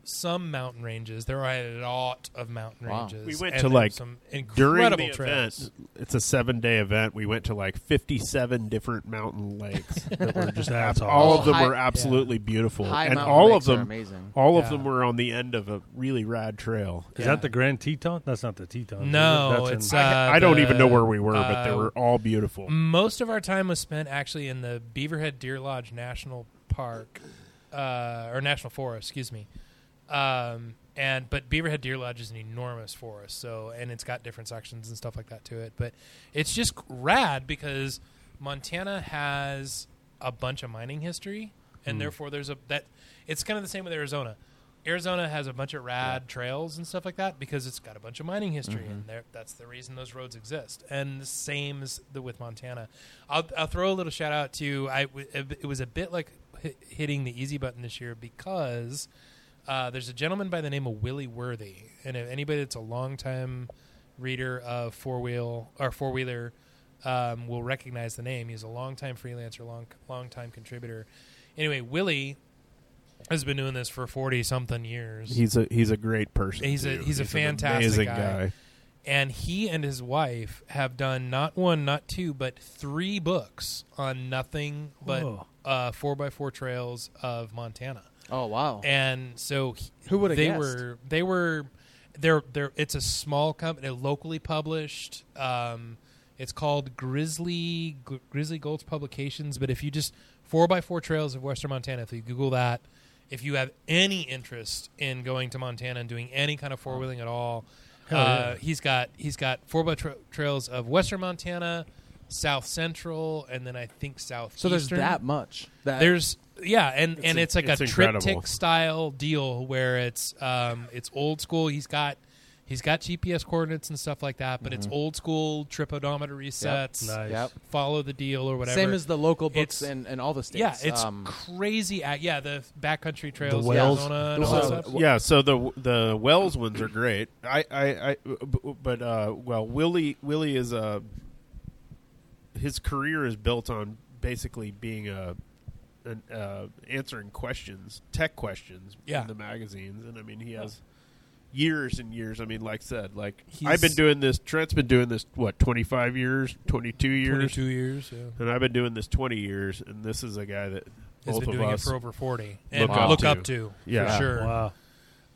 some mountain ranges. There are a lot of mountain Wow. ranges. We went and to, there's like, some During incredible the trails. event, it's a seven-day event. We went to like fifty-seven different mountain lakes that *laughs* were just That's abs- all awesome. of them High- were absolutely beautiful, High and mountain all of lakes are them, amazing. all of Yeah. them were on the end of a really rad trail. Is Yeah. that the Grand Teton? That's not the Teton. is it? No, That's in- it's, I, uh, I don't the- even know where we were, but they uh, were all beautiful. Most of our time was spent actually in the Beaverhead Deer Lodge National Park, uh, or National Forest, excuse me. Um, and but Beaverhead Deer Lodge is an enormous forest, so and it's got different sections and stuff like that to it. But it's just rad because Montana has a bunch of mining history, and therefore there's a that it's kind of the same with Arizona. Arizona has a bunch of rad trails and stuff like that because it's got a bunch of mining history, and there, that's the reason those roads exist. And the same as the, with Montana, I'll, I'll throw a little shout out to I. w- It was a bit like hi- hitting the easy button this year because uh, there's a gentleman by the name of Willie Worthy, and if anybody that's a longtime reader of four wheel or four wheeler um, will recognize the name. He's a longtime freelancer, long longtime contributor. Anyway, Willie has been doing this for forty something years. He's a he's a great person. He's a- too. he's a an fantastic amazing guy. guy. and he and his wife have done not one, not two, but three books on nothing but Whoa. uh, four by four trails of Montana. Oh wow. And so he- Who would've they guessed? were they were they're they're it's a small company, locally published. Um, it's called Grizzly G- Grizzly Golds Publications. But if you just four by four trails of Western Montana, if you Google that, if you have any interest in going to Montana and doing any kind of four wheeling at all, Hell uh, yeah. he's got he's got four by tra- trails of Western Montana, South Central, and then I think South. so there's that much. That There's yeah, and and in- it's like it's a incredible. triptych style deal where it's um it's old school. He's got he's got GPS coordinates and stuff like that, but it's Mm-hmm. old school trip odometer resets. Nice. Yep. Follow the deal or whatever. same as the local books It's- in, in all the states. yeah, it's um, crazy. At, yeah, the backcountry trails, Wells- Arizona, and the all that Wells- stuff. Wh- yeah, so the the Wells ones are great. I I, I b- but uh, well, Willie Willie is a his career is built on basically being a an, uh, answering questions, tech questions Yeah. in the magazines, and I mean he has years and years. I mean, like I said, like I've He's- been doing this. Trent's been doing this what twenty five years, twenty two years, Twenty-two years. Yeah. and I've been doing this twenty years, and this is a guy that Has both been of doing it us for over forty. And up look to. up to Yeah. for sure. Wow.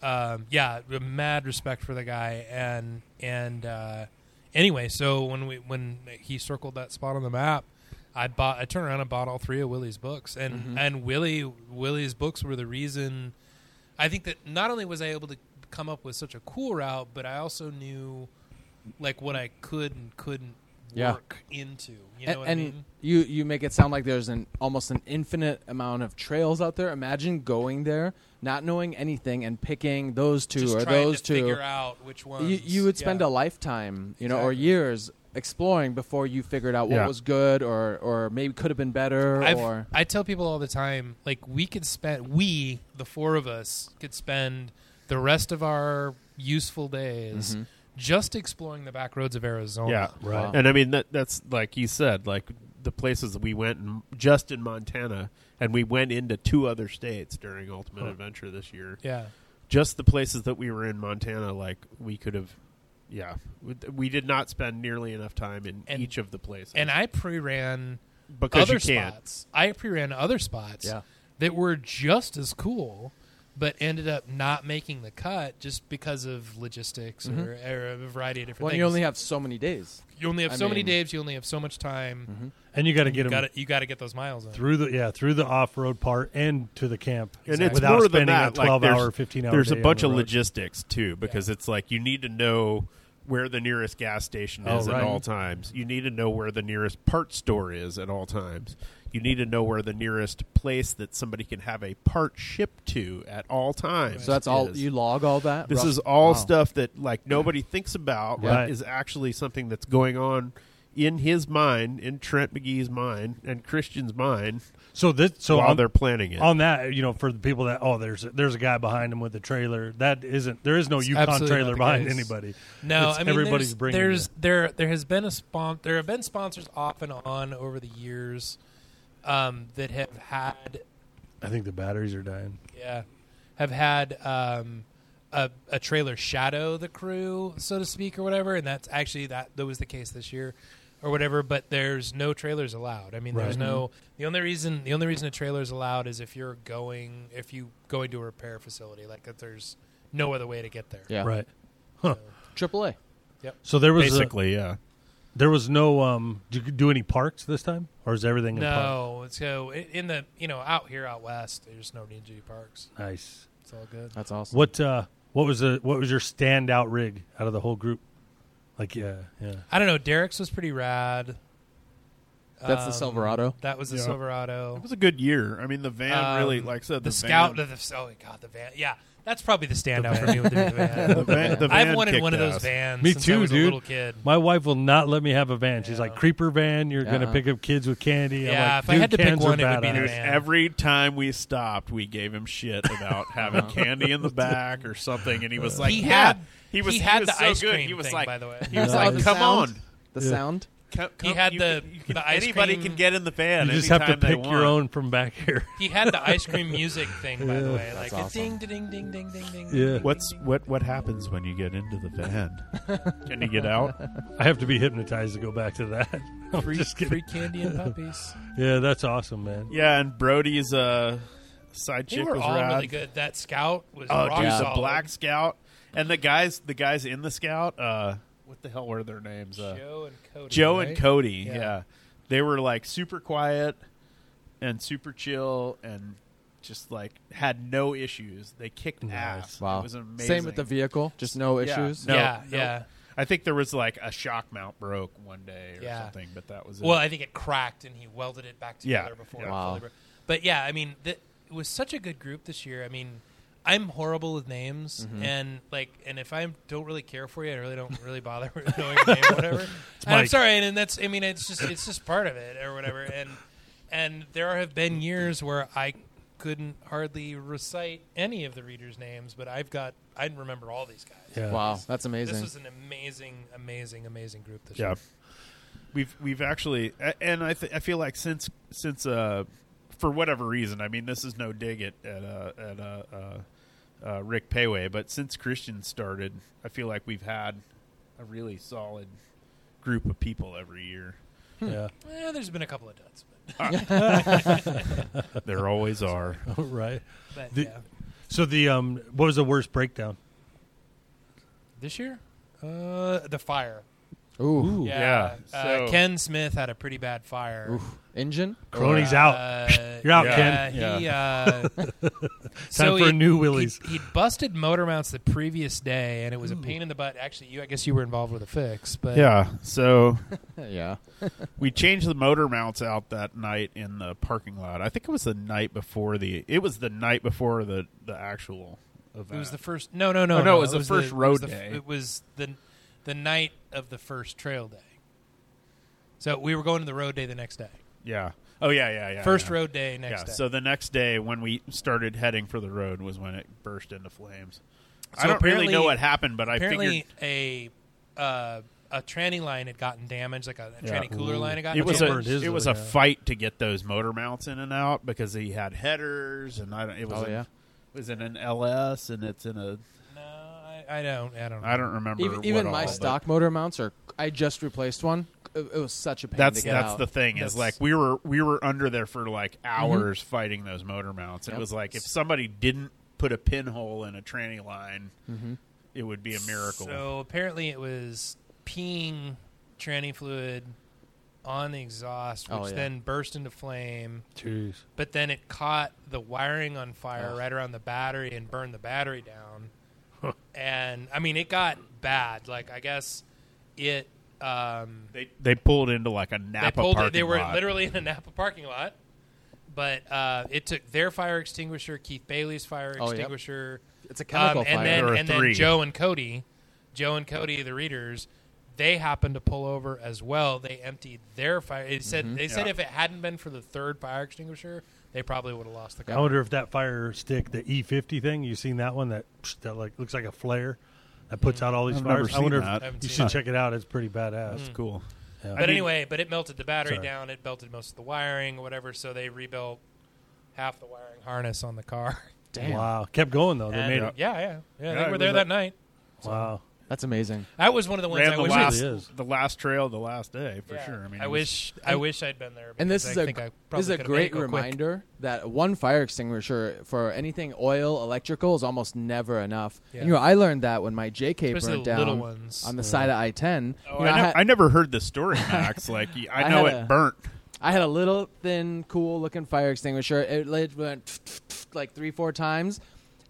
um, yeah, r- mad respect for the guy. And and uh, anyway, so when we when he circled that spot on the map, I bought. I turned around and bought all three of Willie's books, and Mm-hmm. and Willie Willie's books were the reason. I think that not only was I able to come up with such a cool route, but I also knew like what I could and couldn't Yeah. work into. You know and, what I mean? you you make it sound like there's an almost an infinite amount of trails out there. Imagine going there, not knowing anything, and picking those two Just or trying those to two. figure out which ones. you, you would spend yeah. a lifetime, you know, or Exactly. years exploring before you figured out what Yeah. was good or or maybe could have been better or I tell people all the time, like we could spend we the four of us could spend the rest of our useful days Mm-hmm. just exploring the back roads of Arizona. Yeah, Right. Wow. And I mean that that's like you said, like the places that we went in, just in Montana, and we went into two other states during Ultimate Huh. Adventure this year. Yeah. Just the places that we were in Montana, like we could have, yeah, we, we did not spend nearly enough time in And- each of the places, And I pre ran because other you can. spots. I pre ran other spots Yeah. that were just as cool, but ended up not making the cut just because of logistics or, or a variety of different Mm-hmm. Well, things. you only have so many days. You only have I so many mean- Mm-hmm. days. You only have so much time. and you got to get you them got you got to get those miles in. through the yeah through the off road part and to the camp, And it's without more than spending that, a like, twelve there's- hour, fifteen hour. There's a day bunch on of the road. logistics too, because it's like you need to know where the nearest gas station Oh, is right. at all times. You need to know where the nearest part store is at all times. You need to know where the nearest place that somebody can have a part shipped to at all times. So that's all is. you log all that. This Rough- is all wow. stuff that like nobody thinks about. Yeah. but is actually something that's going on in his mind, in Trent McGee's mind, and Christian's mind So this so while on, they're planning it. on that you know for the people that oh there's a, there's a guy behind him with a trailer that isn't there is no It's Yukon absolutely not trailer the behind case. anybody. No, It's I mean everybody's there's, bringing there's the- there there has been a spon- there have been sponsors off and on over the years um, that have had I think the batteries are dying. yeah have had um, a, a trailer shadow the crew so to speak or whatever and that's actually that that was the case this year or whatever but there's no trailers allowed i mean there's Right. no the only reason the only reason a trailer is allowed is if you're going if you go into a repair facility like if there's no other way to get there yeah. Right. AAA. So there was a, Basically, yeah. there was no um. Do you do any parks this time, or is everything in park? No, so i- in the you know out here out west, there's no need to do parks. Nice. It's all good. That's awesome. What uh what was the what was your standout rig out of the whole group? Like yeah, yeah. I don't know. Derek's was pretty rad. That's the Um, Silverado? That was the Yeah. Silverado. It was a good year. I mean, the van really, Um, like I said, the, the, Scout. van- The, the, oh god, the van. Yeah, that's probably the standout for me with the new *laughs* *laughs* van. the van, *laughs* the I've van wanted kicked one of those ass. vans. Me since I too, was dude. A little kid. My wife will not let me have a van. She's Yeah. like creeper van. You're gonna Yeah. pick up kids with candy. I'm Yeah, like, if I "Dude, had to pick cans are one, it would be the badass." van. Every time we stopped, we gave him shit *laughs* about having candy in the back or something, and he was like, Uh-huh. He "Yeah." had- he was he had was the so ice good. cream He was thing, like, by the way. he was Yeah. like, The "Come sound? on." The Yeah. sound. Come, He come- had you the- can- you can- the ice anybody cream- can get in the van. You just have to anytime they pick your want. own from back here. He had the ice *laughs* cream music thing, by the way, like a awesome. ding, ding, ding, ding, ding, ding. Yeah. ding, What's ding, ding. what? What happens when you get into the van? *laughs* Can you get out? I have to be hypnotized to go back to that. *laughs* *laughs* I'm free, just kidding. free candy and puppies? Yeah, that's awesome, man. Yeah, and Brody's uh, side They chick were was all rad. really good. That scout was Oh, rock dude, solid. the Black Scout and the guys, the guys in the Scout. Uh, what the hell were their names? Uh, Joe and Cody. Joe right? and Cody. Yeah. Yeah. they were like super quiet and super chill and just like had no issues. They kicked ass. Wow. it was amazing. Same with the vehicle. Just no Yeah. issues. No, yeah, no. yeah. I think there was like a shock mount broke one day or Yeah. something, but that was it. Well, I think it cracked and he welded it back together Yeah, before. yeah. it Wow. fully bro- But yeah, I mean, th- it was such a good group this year. I mean, I'm horrible with names, and like, and if I don't really care for you, I really don't really bother *laughs* with knowing your name *laughs* or whatever. And I'm Mike. sorry, and, and that's I mean, it's just it's just part of it or whatever. And and there have been years where I couldn't hardly recite any of the readers' names, but I've got I remember all these guys. Yeah. Wow, that's This amazing. was an amazing, amazing, amazing group this Yeah, year. we've we've actually, a- and I th- I feel like since since uh for whatever reason, I mean this is no dig at at uh, at uh, uh, uh, Rick Payway, but since Christian started, I feel like we've had a really solid group of people every year. Yeah. *laughs* Well, Eh, there's been a couple of duds, but, There *laughs* always are. right. but The- yeah. So the um what was the worst breakdown? This year? Uh, the fire. Ooh. Yeah. Yeah, Uh, so- Ken Smith had a pretty bad fire. Oof. Engine. *laughs* Cronies out. Uh, *laughs* You're out, yeah, Ken. He, uh, *laughs* Time for a new Willys. Willies. He, would busted motor mounts the previous day, and it was a pain in the butt. Actually, you I guess you were involved with a fix, but Yeah, so yeah. we changed the motor mounts out that night in the parking lot. I think it was the night before the. It was the night before the the actual event. it was the first. No, no, no, Oh, no, it was the first it was road the- day. It was the the night of the first trail day. So we were going to the road day the next day. yeah. Oh yeah, yeah, yeah. first yeah. road day next yeah. day. So the next day, when we started heading for the road, was when it burst into flames. I So don't really know apparently- what happened, but I apparently figured a uh, a a tranny line had gotten damaged, like a, a Yeah. tranny cooler line had gotten It was damaged. a burned his it though, was a yeah. fight to get those motor mounts in and out because he had headers and I don't, it was Oh, in- yeah. it was in an LS and it's in a no, I, I don't, I don't. Know. I don't remember Even, what even all, my but stock motor mounts are. I just replaced one. It, it was such a pain That's to get that's out. Mm-hmm. the thing is That's- like we were we were under there for like hours fighting those motor mounts. It Yep. was like if somebody didn't put a pinhole in a tranny line, Mm-hmm. it would be a miracle. So apparently, it was peeing tranny fluid on the exhaust, which Oh, yeah. then burst into flame. Jeez. But then it caught the wiring on fire Ugh. right around the battery and burned the battery down. and I mean, it got bad. Like I guess it. Um, they they pulled into like a Napa they pulled it. parking They were lot. literally in a Napa parking lot. But uh, it took their fire extinguisher, Keith Bailey's fire Oh, yep. extinguisher, It's a um, chemical and fire. There then were and three. then Joe and Cody, Joe and Cody, the readers, they happened to pull over as well. They emptied their fire. It said Mm-hmm. they said Yeah. if it hadn't been for the third fire extinguisher, they probably would have lost the I car. wonder if that fire stick, the E50 thing, you seen that one that psh, that like looks like a flare that puts out all these I've never fires. I seen wonder that. Mm, if Haven't you seen should it. check it out. It's pretty badass. That's cool. I Yeah. mm. But mean, anyway, but it melted the battery Sorry. down. It melted most of the wiring, whatever. So they rebuilt half the wiring harness on the car. Damn, Wow, kept going though. They And- made it. Yeah, yeah, yeah. Yeah, they it were was there a- that night. Wow, that's amazing. That was one of the ones ran I the wish it I- last is. the last trail the last day for Yeah. sure. I mean, I it was- wish I wish I'd been there. And this because is I a think I probably this is a could've made it great go quick. reminder that one fire extinguisher for anything oil electrical is almost never enough. Yeah. And, you know, I learned that when my JK Especially burned the down little ones. on the side of I-10. Oh, You know, I, I, ne- had, I never heard the story, Max. *laughs* like y- I I know had it a- burnt. I had a little thin, cool looking fire extinguisher. It lit- went like three, four times.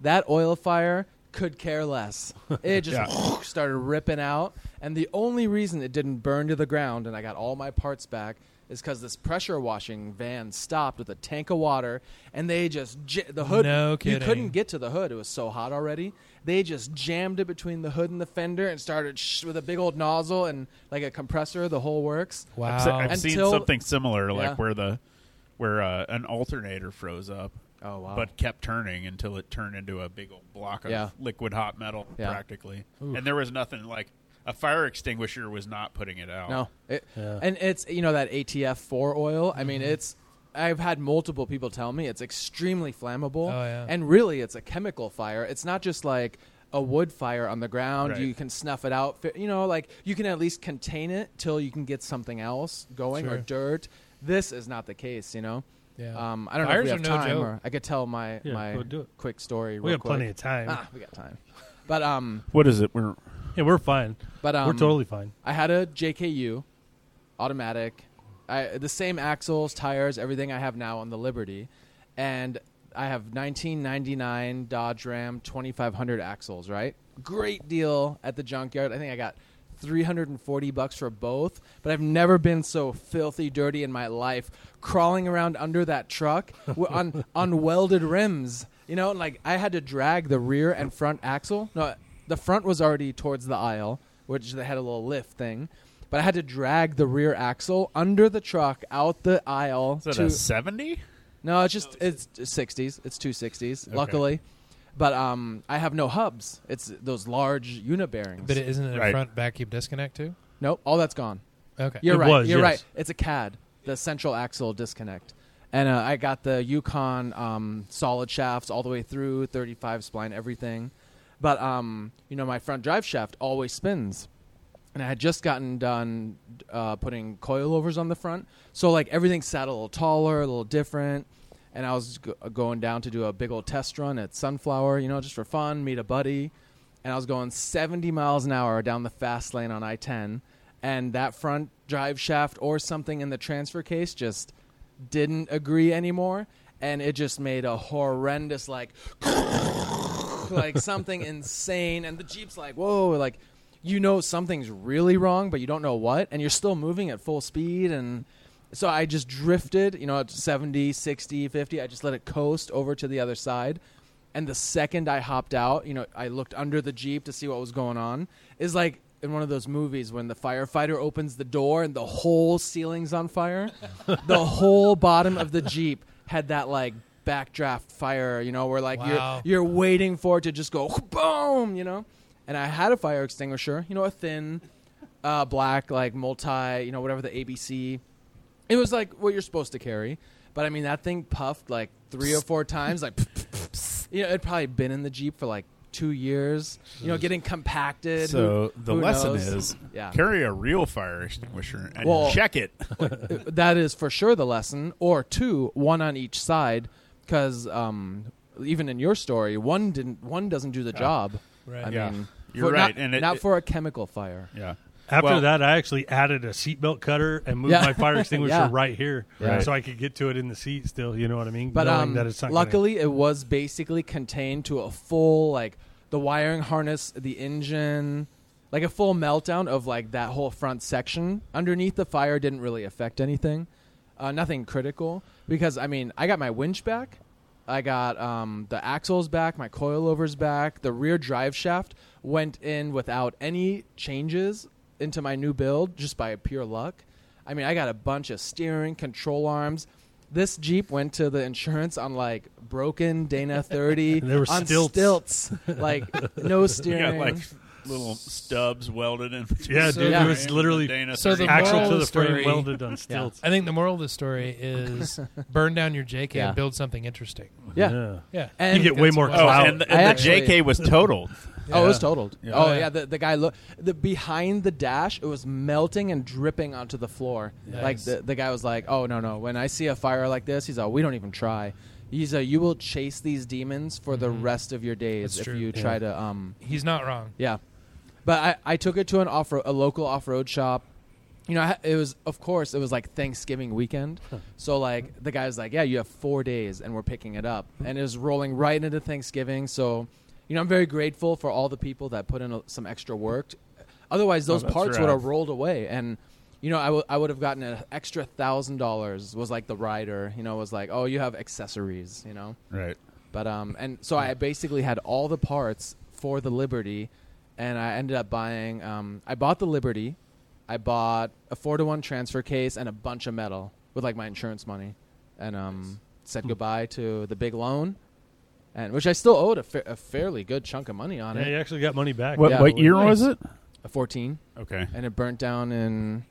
That oil fire could care *laughs* less. It just Yeah. *laughs* started ripping out. And the only reason it didn't burn to the ground and I got all my parts back is because this pressure washing van stopped with a tank of water and they just j- the hood No you kidding. couldn't get to the hood it was so hot already they just jammed it between the hood and the fender and started sh- with a big old nozzle and like a compressor the whole works I've, se- I've seen Oh. Until- something similar, like Yeah. where the where uh, an alternator froze up, oh wow but kept turning until it turned into a big old block of Yeah. liquid hot metal, Yeah. practically. And there was nothing like a fire extinguisher was not putting it out. No, Oh. it, Yeah. and it's you know that ATF four oil. I Mm-hmm. mean, it's I've had multiple people tell me it's extremely flammable. Oh, yeah. And really, it's a chemical fire. It's not just like a wood fire on the ground. Right. You can snuff it out. Fi- You know, like you can at least contain it till you can get something else going or Sure. dirt. This is not the case. You know. Yeah. Um, I don't Fires know are if we no have time, joke. or I could tell my Yeah, my go do it. quick story. we real have plenty quick. of time. Ah, we got time. But um, What is it? We're Yeah, we're fine. but um, we're totally fine. I had a JKU automatic, I, the same axles, tires, everything I have now on the Liberty, and I have 1999 Dodge Ram 2500 axles. Right, great deal at the junkyard. I think I got 340 bucks for both, but I've never been so filthy dirty in my life. Crawling around under that truck w- *laughs* on on welded rims, you know, and like I had to drag the rear and front axle. No, the front was already towards the aisle which they had a little lift thing. But I had to drag the rear axle under the truck out the aisle. is it to, a seventy? no, it's just it's sixties. It's two sixties, luckily. But um, I have no hubs. It's those large unit bearings. But it, isn't it a Right. front vacuum disconnect too? nope, all that's gone. Okay. You're It right. was, You're yes. right. It's a CAD, the central axle disconnect. And uh, I got the Yukon um, solid shafts all the way through, 35 spline, everything. But um, you know, my front drive shaft always spins, and I had just gotten done uh, putting coilovers on the front, so like everything sat a little taller, a little different. And I was go- uh, going down to do a big old test run at Sunflower, you know, just for fun, meet a buddy and I was going 70 miles an hour down the fast lane on I 10, and that front drive shaft or something in the transfer case just didn't agree anymore, and it just made a horrendous like *laughs* like something insane, and the jeep's like whoa like you know something's really wrong, but you don't know what, and you're still moving at full speed and. So I just drifted, you know, at 70, 60, 50. I just let it coast over to the other side and the second I hopped out, you know, I looked under the jeep to see what was going on. Is like in one of those movies when the firefighter opens the door and the whole ceiling's on fire. the whole bottom of the jeep had that like backdraft fire, you know, where like Wow. you're you're waiting for it to just go boom, you know. And I had a fire extinguisher, you know, a thin uh, black, like multi, you know, whatever the ABC. It was like what you're supposed to carry, but I mean that thing puffed like three or four times, like you know, it'd probably been in the Jeep for like two years, you know, getting compacted. So Who- the who lesson knows? is yeah, carry a real fire extinguisher and Well- check it. that is for sure the lesson, or two, one on each side, because um, even in your story, one didn't, one doesn't do the job. Right. I Yeah. mean, You're for- right, not, and it- not it- for a chemical fire. yeah. After Well- that, I actually added a seatbelt cutter and moved Yeah. *laughs* my fire extinguisher Yeah. right here, Right. so I could get to it in the seat. Still, you know what I mean? But Knowing um, that it's not gonna- luckily, it was basically contained to a full like the wiring harness, the engine, like a full meltdown of like that whole front section. Underneath the fire didn't really affect anything, uh, nothing critical because I mean I got my winch back, I got um, the axles back, my coilovers back, the rear drive shaft went in without any changes into my new build just by pure luck. I mean, I got a bunch of steering control arms. This Jeep went to the insurance on like broken Dana 30 There were on stilts. stilts. like no You steering. got *laughs* like little stubs welded in. Yeah, So- dude, Yeah. it was literally Dana So the 30. axle moral to of the the frame story- welded on stilts. I think the moral of the story *laughs* is burn down your JK Yeah. and build something interesting. yeah. Yeah. And- you get way That's more what- Oh, clout. and the, I and the actually- JK was totaled. Oh, it was Yeah. totaled. Yeah. Oh Yeah. yeah, the, the guy look the behind the dash, it was melting and dripping onto the floor. Like Nice. the, the guy was like, "Oh no, no. When I see a fire like this, he's like, we don't even try." He's like, "You will chase these demons for the rest of your days That's if true. you Yeah. try to um He's not wrong. yeah, but I, I took it to an off a local off road shop. You know, I, ha- it was of course it was like Thanksgiving weekend, so like the guy was like, "Yeah, you have four days, and we're picking it up," and it was rolling right into Thanksgiving. So, you know, I'm very grateful for all the people that put in a, some extra work. Otherwise, those that's parts would rough. have rolled away, and you know, I would have gotten an extra thousand dollars. Was like the rider, you know, was like, "Oh, you have accessories," you know. Right. But um, and so I basically had all the parts for the Liberty, and I ended up buying. Um, I bought the Liberty, I bought a four to one transfer case and a bunch of metal with like my insurance money, and um, said goodbye to the big loan, and which I still owed a, fa- a fairly good chunk of money on yeah, it, you actually got money back. What, Yeah. what year was it? a fourteen, Okay. and it burnt down in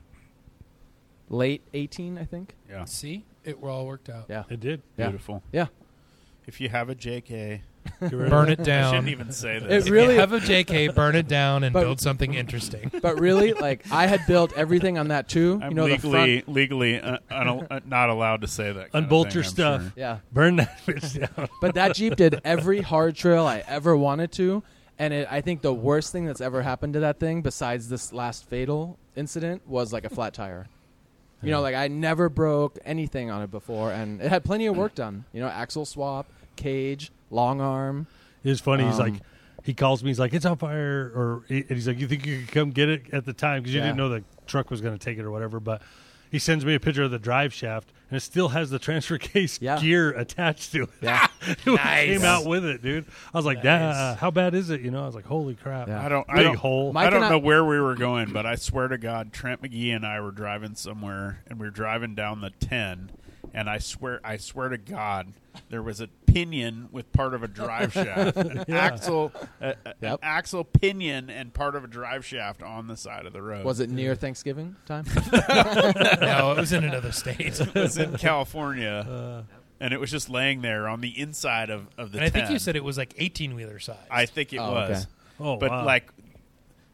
late eighteen, I think. Yeah. See? It we're all worked out. Yeah, *laughs* It did. Yeah. Beautiful. yeah. If you have a JK, Get rid of Burn *laughs* it I shouldn't down. even say It this. If really- you have *laughs* a JK, burn it down and But- build something interesting. But really, like I had built everything on that too. *laughs* I'm you know, the front, legally legally uh, un- uh, not allowed to say that. kind of Unbolt thing, your I'm stuff. sure. yeah. Burn that *laughs* bitch down. But that Jeep did every hard trail I ever wanted to. And it, I think the worst thing that's ever happened to that thing, besides this last fatal incident, was like a flat tire. You know, like I never broke anything on it before, and it had plenty of work Mm. done. You know, axle swap, cage, long arm. It's funny. he's Um, like, he calls me. He's like, it's on fire, or and he's like, you think you could come get it at the time because you Yeah. didn't know the truck was going to take it or whatever. But he sends me a picture of the drive shaft, and it still has the transfer *laughs* case Yeah. gear attached to it. Yeah. *laughs* It was- Came out with it, dude. I was like, "Nah, Nice. how bad is it?" You know, I was like, "Holy crap!" Yeah. I don't. I Big don't, hole. Mike I don't and I- know where we were going, but I swear to God, Trent McGee and I were driving somewhere, and we were driving down the ten, and I swear, I swear to God, there was a pinion with part of a drive shaft, an axle, a, a- Yep. an axle pinion, and part of a drive shaft on the side of the road. Was it near Thanksgiving *laughs* time? no, it was in another *laughs* state. It was in California, and it was just laying there on the inside of of the. And I think 10. you said it was like 18 wheeler size. I think it Oh, was. okay. Oh, but wow. like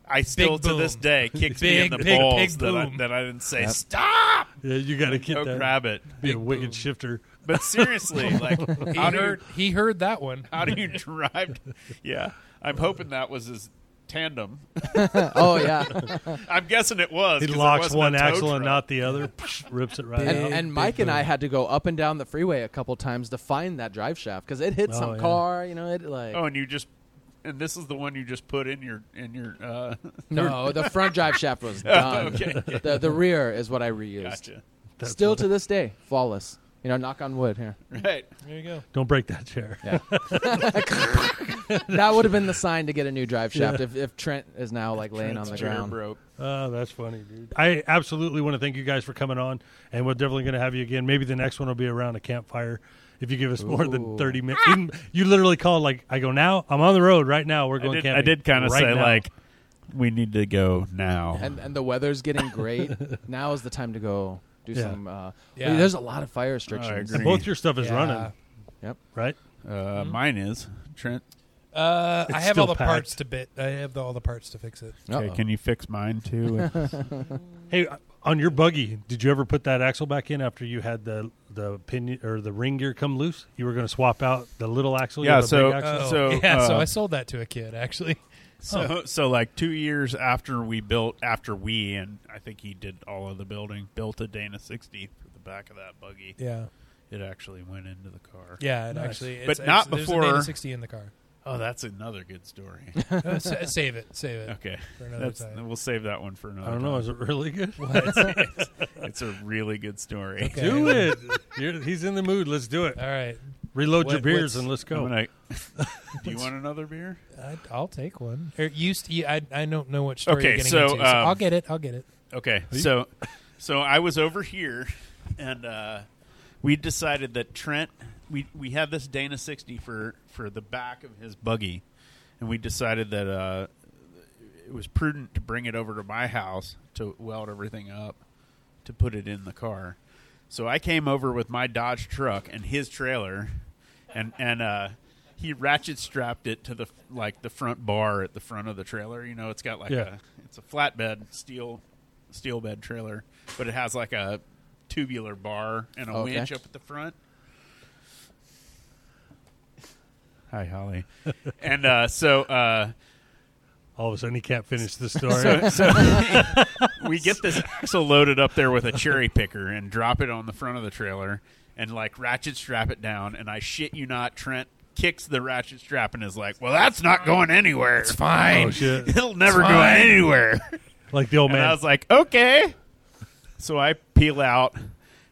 I still to boom. this *laughs* day kicks me in Big, the big, balls big that, I, boom. that I didn't say stop. Yeah, you got to get Go that. grab it. Be a wicked shifter. But *laughs* seriously, like he how do you, heard he heard that one. how do you drive? Yeah, I'm hoping that was his tandem. *laughs* oh yeah. I'm guessing it was. He 'cause it locks wasn't a one tow axle truck. and not *laughs* the other. rips it right And, out. and Mike and I had to go up and down the freeway a couple times to find that drive shaft because it hit Oh, some yeah. car. You know, it like Oh, and you just and this is the one you just put in your in your. *laughs* Uh, no, the front drive shaft was done. okay, The the rear is what I reused. gotcha. That's Still what- to this day, flawless. You know, knock on wood here. *laughs* Right. There you go. Don't break that chair. That would have been the sign to get a new drive shaft if, if Trent is now like laying on the Chair ground. broke. Oh, that's funny, dude. I absolutely want to thank you guys for coming on, and we're definitely going to have you again. Maybe the next one will be around a campfire if you give us more than Ooh. 30 minutes. you literally called, like, I go, now, I'm on the road right now. We're I going did, camping. kind of right say now." like we need to go now. and and the weather's getting great. now is the time to go do Yeah. some. Uh, Yeah. There's a lot of fire restrictions. agree. Both your stuff is Yeah. running, Yep. right? Uh, Mm-hmm. Mine is Trent. Uh, I It's have all the still parts packed. to bit. I have the, all the parts to fix it. Okay, Uh-oh. can you fix mine too? *laughs* Hey, on your buggy, did you ever put that axle back in after you had the the pinion or the ring gear come loose? You were going to swap out the little axle. you Yeah, have a so- big axle? Oh, So, *laughs* yeah, so uh, I sold that to a kid actually. So, Uh-huh. so like two years after we built, after we and I think he did all of the building, built a Dana 60 for the back of that buggy. Yeah, It actually went into the car. yeah. It Nice. actually, it's, But not it's- before- There's a Dana 60 in the car. Oh, that's another good story. Uh, sa- save it, save it. Okay, For another that's, time. we'll save that one for another. I don't know. Is it really good? time. It's a really good story. *laughs* Okay. Do it. You're, he's in the mood. Let's do it. All right, Reload What- your beers what's- and let's I'm go. gonna- do you want another beer? I, I'll take one. Or you, st- you- I, I don't know what story Okay, you're getting so, into. So um, I'll get it. I'll get it. Okay, so so I was over here, and uh, we decided that Trent we we had this Dana sixty for for the back of his buggy, and we decided that uh, it was prudent to bring it over to my house to weld everything up to put it in the car. So I came over with my Dodge truck and his trailer, and and uh, he ratchet strapped it to the like the front bar at the front of the trailer. You know, it's got like Yeah. a it's a flatbed steel steel bed trailer, but it has like a tubular bar and a Okay. winch up at the front. Hi, Holly. *laughs* and uh, so uh, All of a sudden, he can't *laughs* finish the story. we get this axle loaded up there with a cherry picker and drop it on the front of the trailer and like ratchet strap it down. And I shit you not, Trent kicks the ratchet strap and is like, "Well, that's not going anywhere. It's fine. Oh, *laughs* shit. It'll never go anywhere." like the old And I man. was like, "Okay." So I peel out.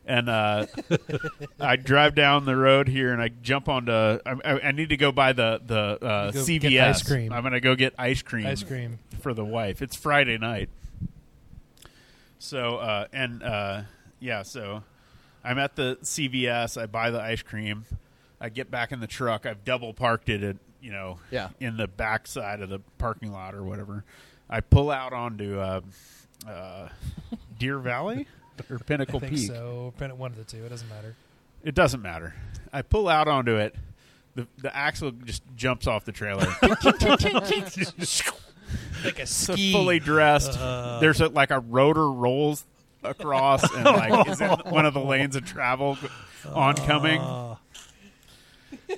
And uh, I drive down the road here, and I jump onto. I, I, I need to go buy the the uh, You go get CVS. ice cream. I'm gonna go get ice cream Ice cream. for the wife. It's Friday night. So uh, and uh, yeah, so I'm at the CVS. I buy the ice cream. I get back in the truck. I've double parked it at you know Yeah. in the back side of the parking lot or whatever. I pull out onto uh, uh, Deer Valley *laughs* or I Pinnacle think Peak. so. Print it one of the two. It doesn't matter. It doesn't matter. I pull out onto it. The the axle just jumps off the trailer. *laughs* Like a so ski. fully dressed. Uh-huh. There's a, like a rotor rolls across and like is *laughs* in one of the lanes of travel oncoming.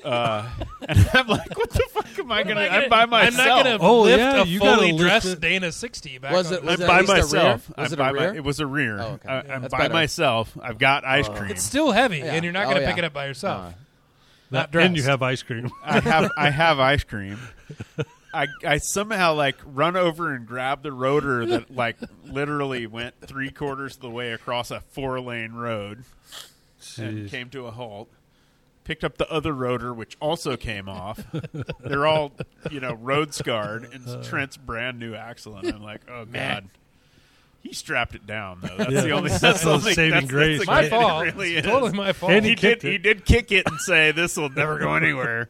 Uh, and I'm like, what the fuck am I Am gonna? I gonna- I'm by I'm myself. not going to Oh, lift yeah, a you gotta fully lift dressed it. Dana 60 back Was on it- the- was I'm it at by least a rear? myself. Was I'm it a by my- rear? it was a rear. Oh, okay. I, Yeah. I'm That's by better. Oh. myself. I've got ice cream. It's still heavy, Yeah. and you're not Oh, going to yeah. pick it up by yourself. *laughs* No. Not dressed. and you have *laughs* ice cream. *laughs* I have I have ice cream. I, I somehow like run over and grab the rotor that like literally went three quarters of the way across a four lane road. and Jeez. came to a halt. Picked up the other rotor, which also came off. *laughs* They're all, you know, road scarred, Uh-huh. and Trent's brand new axle. And I'm like, oh god, he strapped it down though. That's Yeah. the only *laughs* That's that's the the *laughs* only- saving that's- that's grace, the my kid, it fault. really It's is. totally my fault. And He he did. kicked He it. did kick it and say, "This will never *laughs* go anywhere."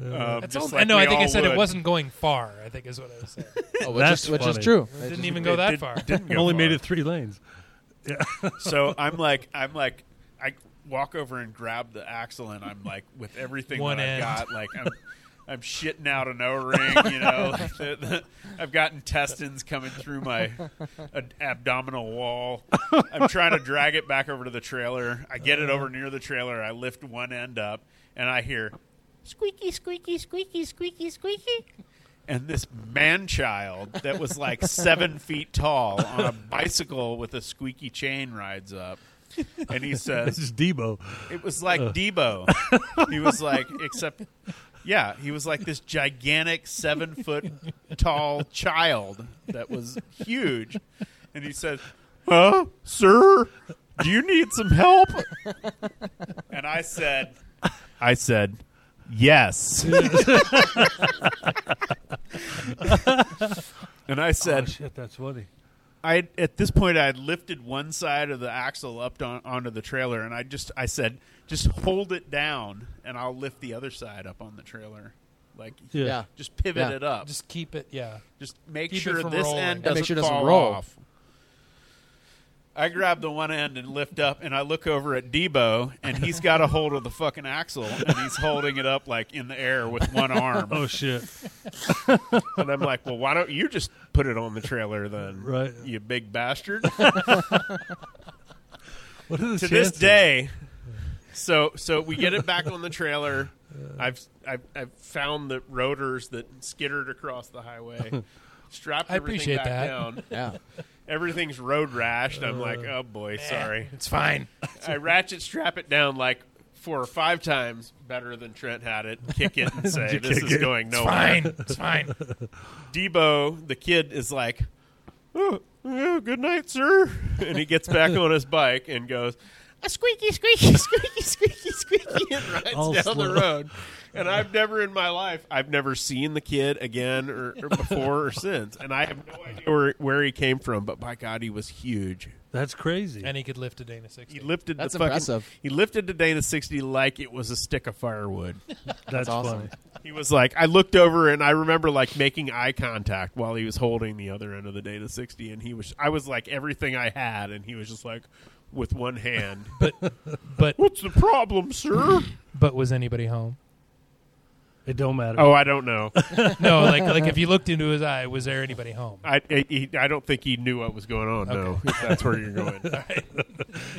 Um, That's just all- like no, we I think I all said it would. wasn't going far. I think is what I was saying. It Oh, which That's is, which is funny. true. didn't even go that did- far. didn't It go only made far. it three lanes. So I'm like, I'm like, I walk over and grab the axle, and I'm like, with everything One that end. I've got, *laughs* like I'm. I'm shitting out an O-ring, you know. like the- the- I've got intestines coming through my ad- abdominal wall. I'm trying to drag it back over to the trailer. I get it over near the trailer. I lift one end up, and I hear Squeaky, squeaky, squeaky, squeaky, squeaky. and this man child that was like seven feet tall on a bicycle with a squeaky chain rides up, and *laughs* he says, This is Debo. It was like Debo. he was like, except, yeah, he was like this gigantic seven foot tall child that was huge. And he said, Huh, sir, do you need some help? And I said, I said, Yes. and I Oh, said, shit, that's funny. I at this point I had lifted one side of the axle up on, onto the trailer, and I just I said, just hold it down, and I'll lift the other side up on the trailer Like, Yeah. Yeah. just pivot Yeah. it up. Just, Just keep it. Yeah. make keep it sure from this rolling. end And doesn't, make sure it doesn't fall roll. off. I grab the one end and lift up, and I look over at Debo, and he's got a hold of the fucking axle, and he's holding it up like in the air with one arm. Oh shit! And I'm like, well, why don't you just put it on the trailer then? Right. You big bastard. What are to the this chances? day. So so we get it back on the *laughs* trailer. I've I've, I've found the rotors that skittered across the *laughs* highway. Strapped I everything appreciate back that. down. Yeah. Everything's road rashed. I'm like, oh boy, sorry. Uh, eh. *laughs* It's fine. I ratchet strap it down like four or five times better than Trent had it. Kick it *laughs* and say, this is going It's nowhere. fine. It's fine. Debo, the kid, is like, oh, oh, good night, sir. *laughs* And he gets back on his bike and goes, A squeaky, *laughs* squeaky, squeaky, squeaky, squeaky. and rides All down slow. the road. And I've never in my life, I've never seen the kid again or, or before or since. And I have no idea where, where he came from, but by God, he was huge. That's crazy. And he could lift a Dana sixty. He lifted That's the fucking, impressive. He lifted the Dana 60 like it was a stick of firewood. That's, awesome. funny. He was like, I looked over and I remember like making eye contact while he was holding the other end of the Data 60, and he was, I was like everything I had, and he was just like with one *laughs* hand. but What's the problem, *laughs* sir? but was anybody home? It don't matter. oh, I don't know. No, like like if you looked into his eye, was there anybody home? I, I, he, I don't think he knew what was going on. No, if that's where you're *laughs* going. *laughs*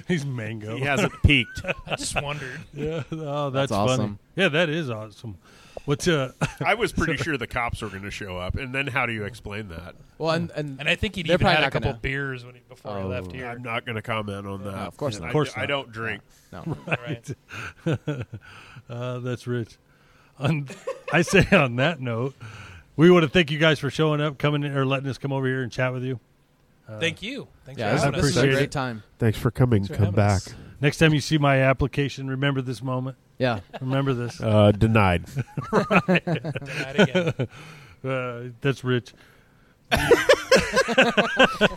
He's mango. He *laughs* hasn't *laughs* peaked. I just wondered. Yeah. Oh, that's, That's funny. awesome. Yeah, that is awesome. What's uh? *laughs* I was pretty sure the cops were going to show up, and then how do you explain that? Well, and, and, *laughs* And I think he'd They're even probably had a not couple gonna- beers when he, before he Oh. left here. I'm not going to comment on that. of course And not. I- Of course I, not. don't drink. no. Right. Uh, that's rich. On, I say *laughs* on that note, we want to thank you guys for showing up, coming in, or letting us come over here and chat with you. Thank you. Thanks uh, Yeah, for *laughs* this having us. was This is a appreciate great it. time. Thanks for coming. Thanks for having us. Next time you see my application, remember this moment. Yeah. Remember this. Uh, *laughs* denied. Denied again. Uh, that's rich.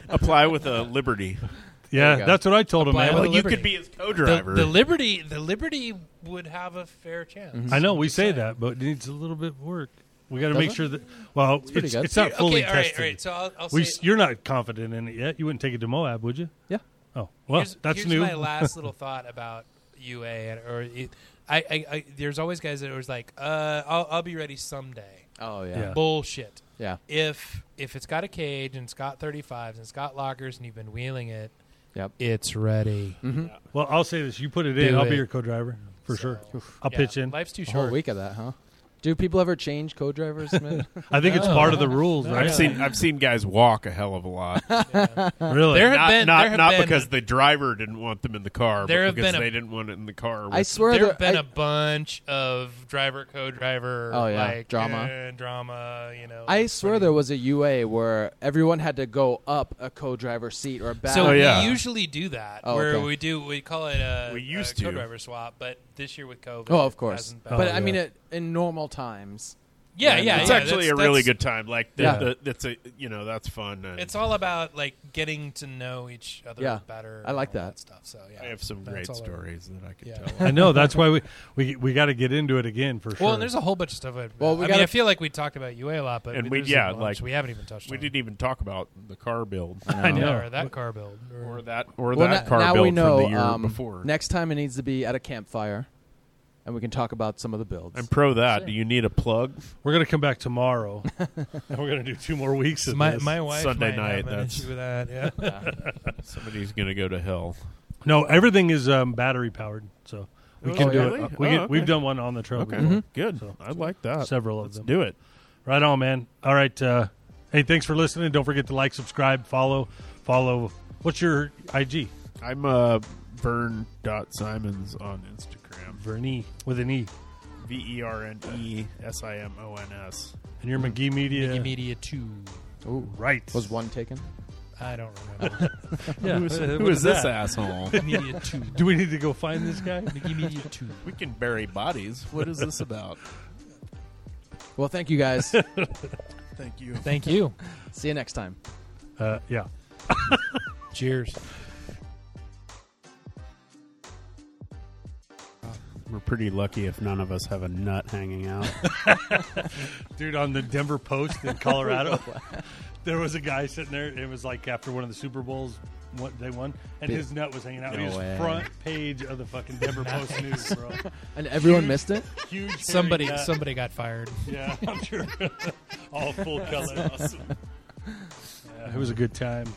Apply with a liberty. There you Yeah, go. that's what I told him, Apply man. with Well, a you Liberty. could be his the, co-driver. the Liberty, the Liberty would have a fair chance. Mm-hmm. I know we Just say saying. that, but it needs a little bit of work. We got to Does make it? sure that. Well, it's, pretty it's, good. not Okay, fully all right, tested. all right. So I'll, I'll we, say you're not confident in it yet. You wouldn't take it to Moab, would you? Yeah. Oh, well, here's, that's here's new. *laughs* my last little thought about UA, and, or it, I, I, I, there's always guys that are always like, uh, I'll, I'll be ready someday. Oh, Yeah. yeah. Bullshit. Yeah. If if it's got a cage and it's got 35s and it's got lockers and you've been wheeling it, Yep. it's ready. Mm-hmm. well, I'll say this: you put it Do in, I'll be it. your co-driver for So, sure. I'll yeah, pitch in. Life's too A whole short. week of that, huh? Do people ever change co-drivers? *laughs* man? *laughs* I think it's No. part of the rules, right? I've seen I've seen guys walk a hell of a *laughs* lot. really. There have not been there not, have not been- because the driver didn't want them in the car, There but have because been a- they didn't want it in the car. I with- swear there have been I- a bunch of driver co-driver Oh, yeah. like Drama. eh, drama you know I swear there was a UA where everyone had to go up a co-driver seat or back. so Oh, yeah. we usually do that Oh, where okay. we do we call it a, We used a to. co-driver swap but this year with COVID oh, of it course. hasn't been- But Oh, I mean, yeah. it, in normal times, yeah yeah it's yeah, actually that's- a really that's- good time. Like the, Yeah. the, that's a you know that's fun. And it's all about like getting to know each other Yeah. better I and like all that. that. stuff so yeah I have some That's great all I- stories that I could Yeah. tell. I know that's why we we, we got to get into it again for sure. *laughs* well, and there's a whole bunch of stuff. I, Well, we I mean, gotta- I feel like we talked about UA a lot, but And I mean, we- there's a yeah, bunch like, we haven't even touched. We on. didn't even talk about the car *laughs* build I Yeah, know. or that car build, or, or that or Well, that no- car now build we know. from the year um, before. Next time it needs to be at a campfire, and we can talk about some of the builds. *laughs* I'm pro that. Do you need a *laughs* plug? We're gonna come back tomorrow, and we're gonna do two more weeks of my this. my wife Sunday might night, have an that's- issue with that. *laughs* Yeah. Somebody's gonna go to hell. no, everything is um, battery powered, so we Oh, can do really? it. We Oh, can, We've okay. done one on the trail. Okay, before. good. So, I like that. several of Let's them. do it. Right on, man. All right. Uh, hey, thanks for listening. Don't forget to like, subscribe, follow, follow. What's your IG? I'm uh, Vern dot Simons on Instagram. Vernie with an E, V e r n e s i m o n s. and your Mm-hmm. McGee Media. Media two. Ooh, Right. was one taken? I don't remember. Yeah. *laughs* Who is this asshole? Media two. Do we need to go find this guy? Mickey Media two. *laughs* we can bury bodies. What is this about? Well, thank *laughs* you guys. Thank you. Thank you. See you next time. Uh, yeah. Cheers. We're pretty lucky if none of us have a nut hanging out. dude on the Denver Post *laughs* in Colorado. there was a guy sitting there. It was like after one of the Super Bowls, what they won, and Bit- his nut was hanging out. No he was way. front page of the fucking *laughs* Denver Post news, bro. and everyone missed it. Huge. hairy Somebody, nut. somebody got fired. Yeah, *laughs* I'm sure. All full color. Yeah, it was a good time.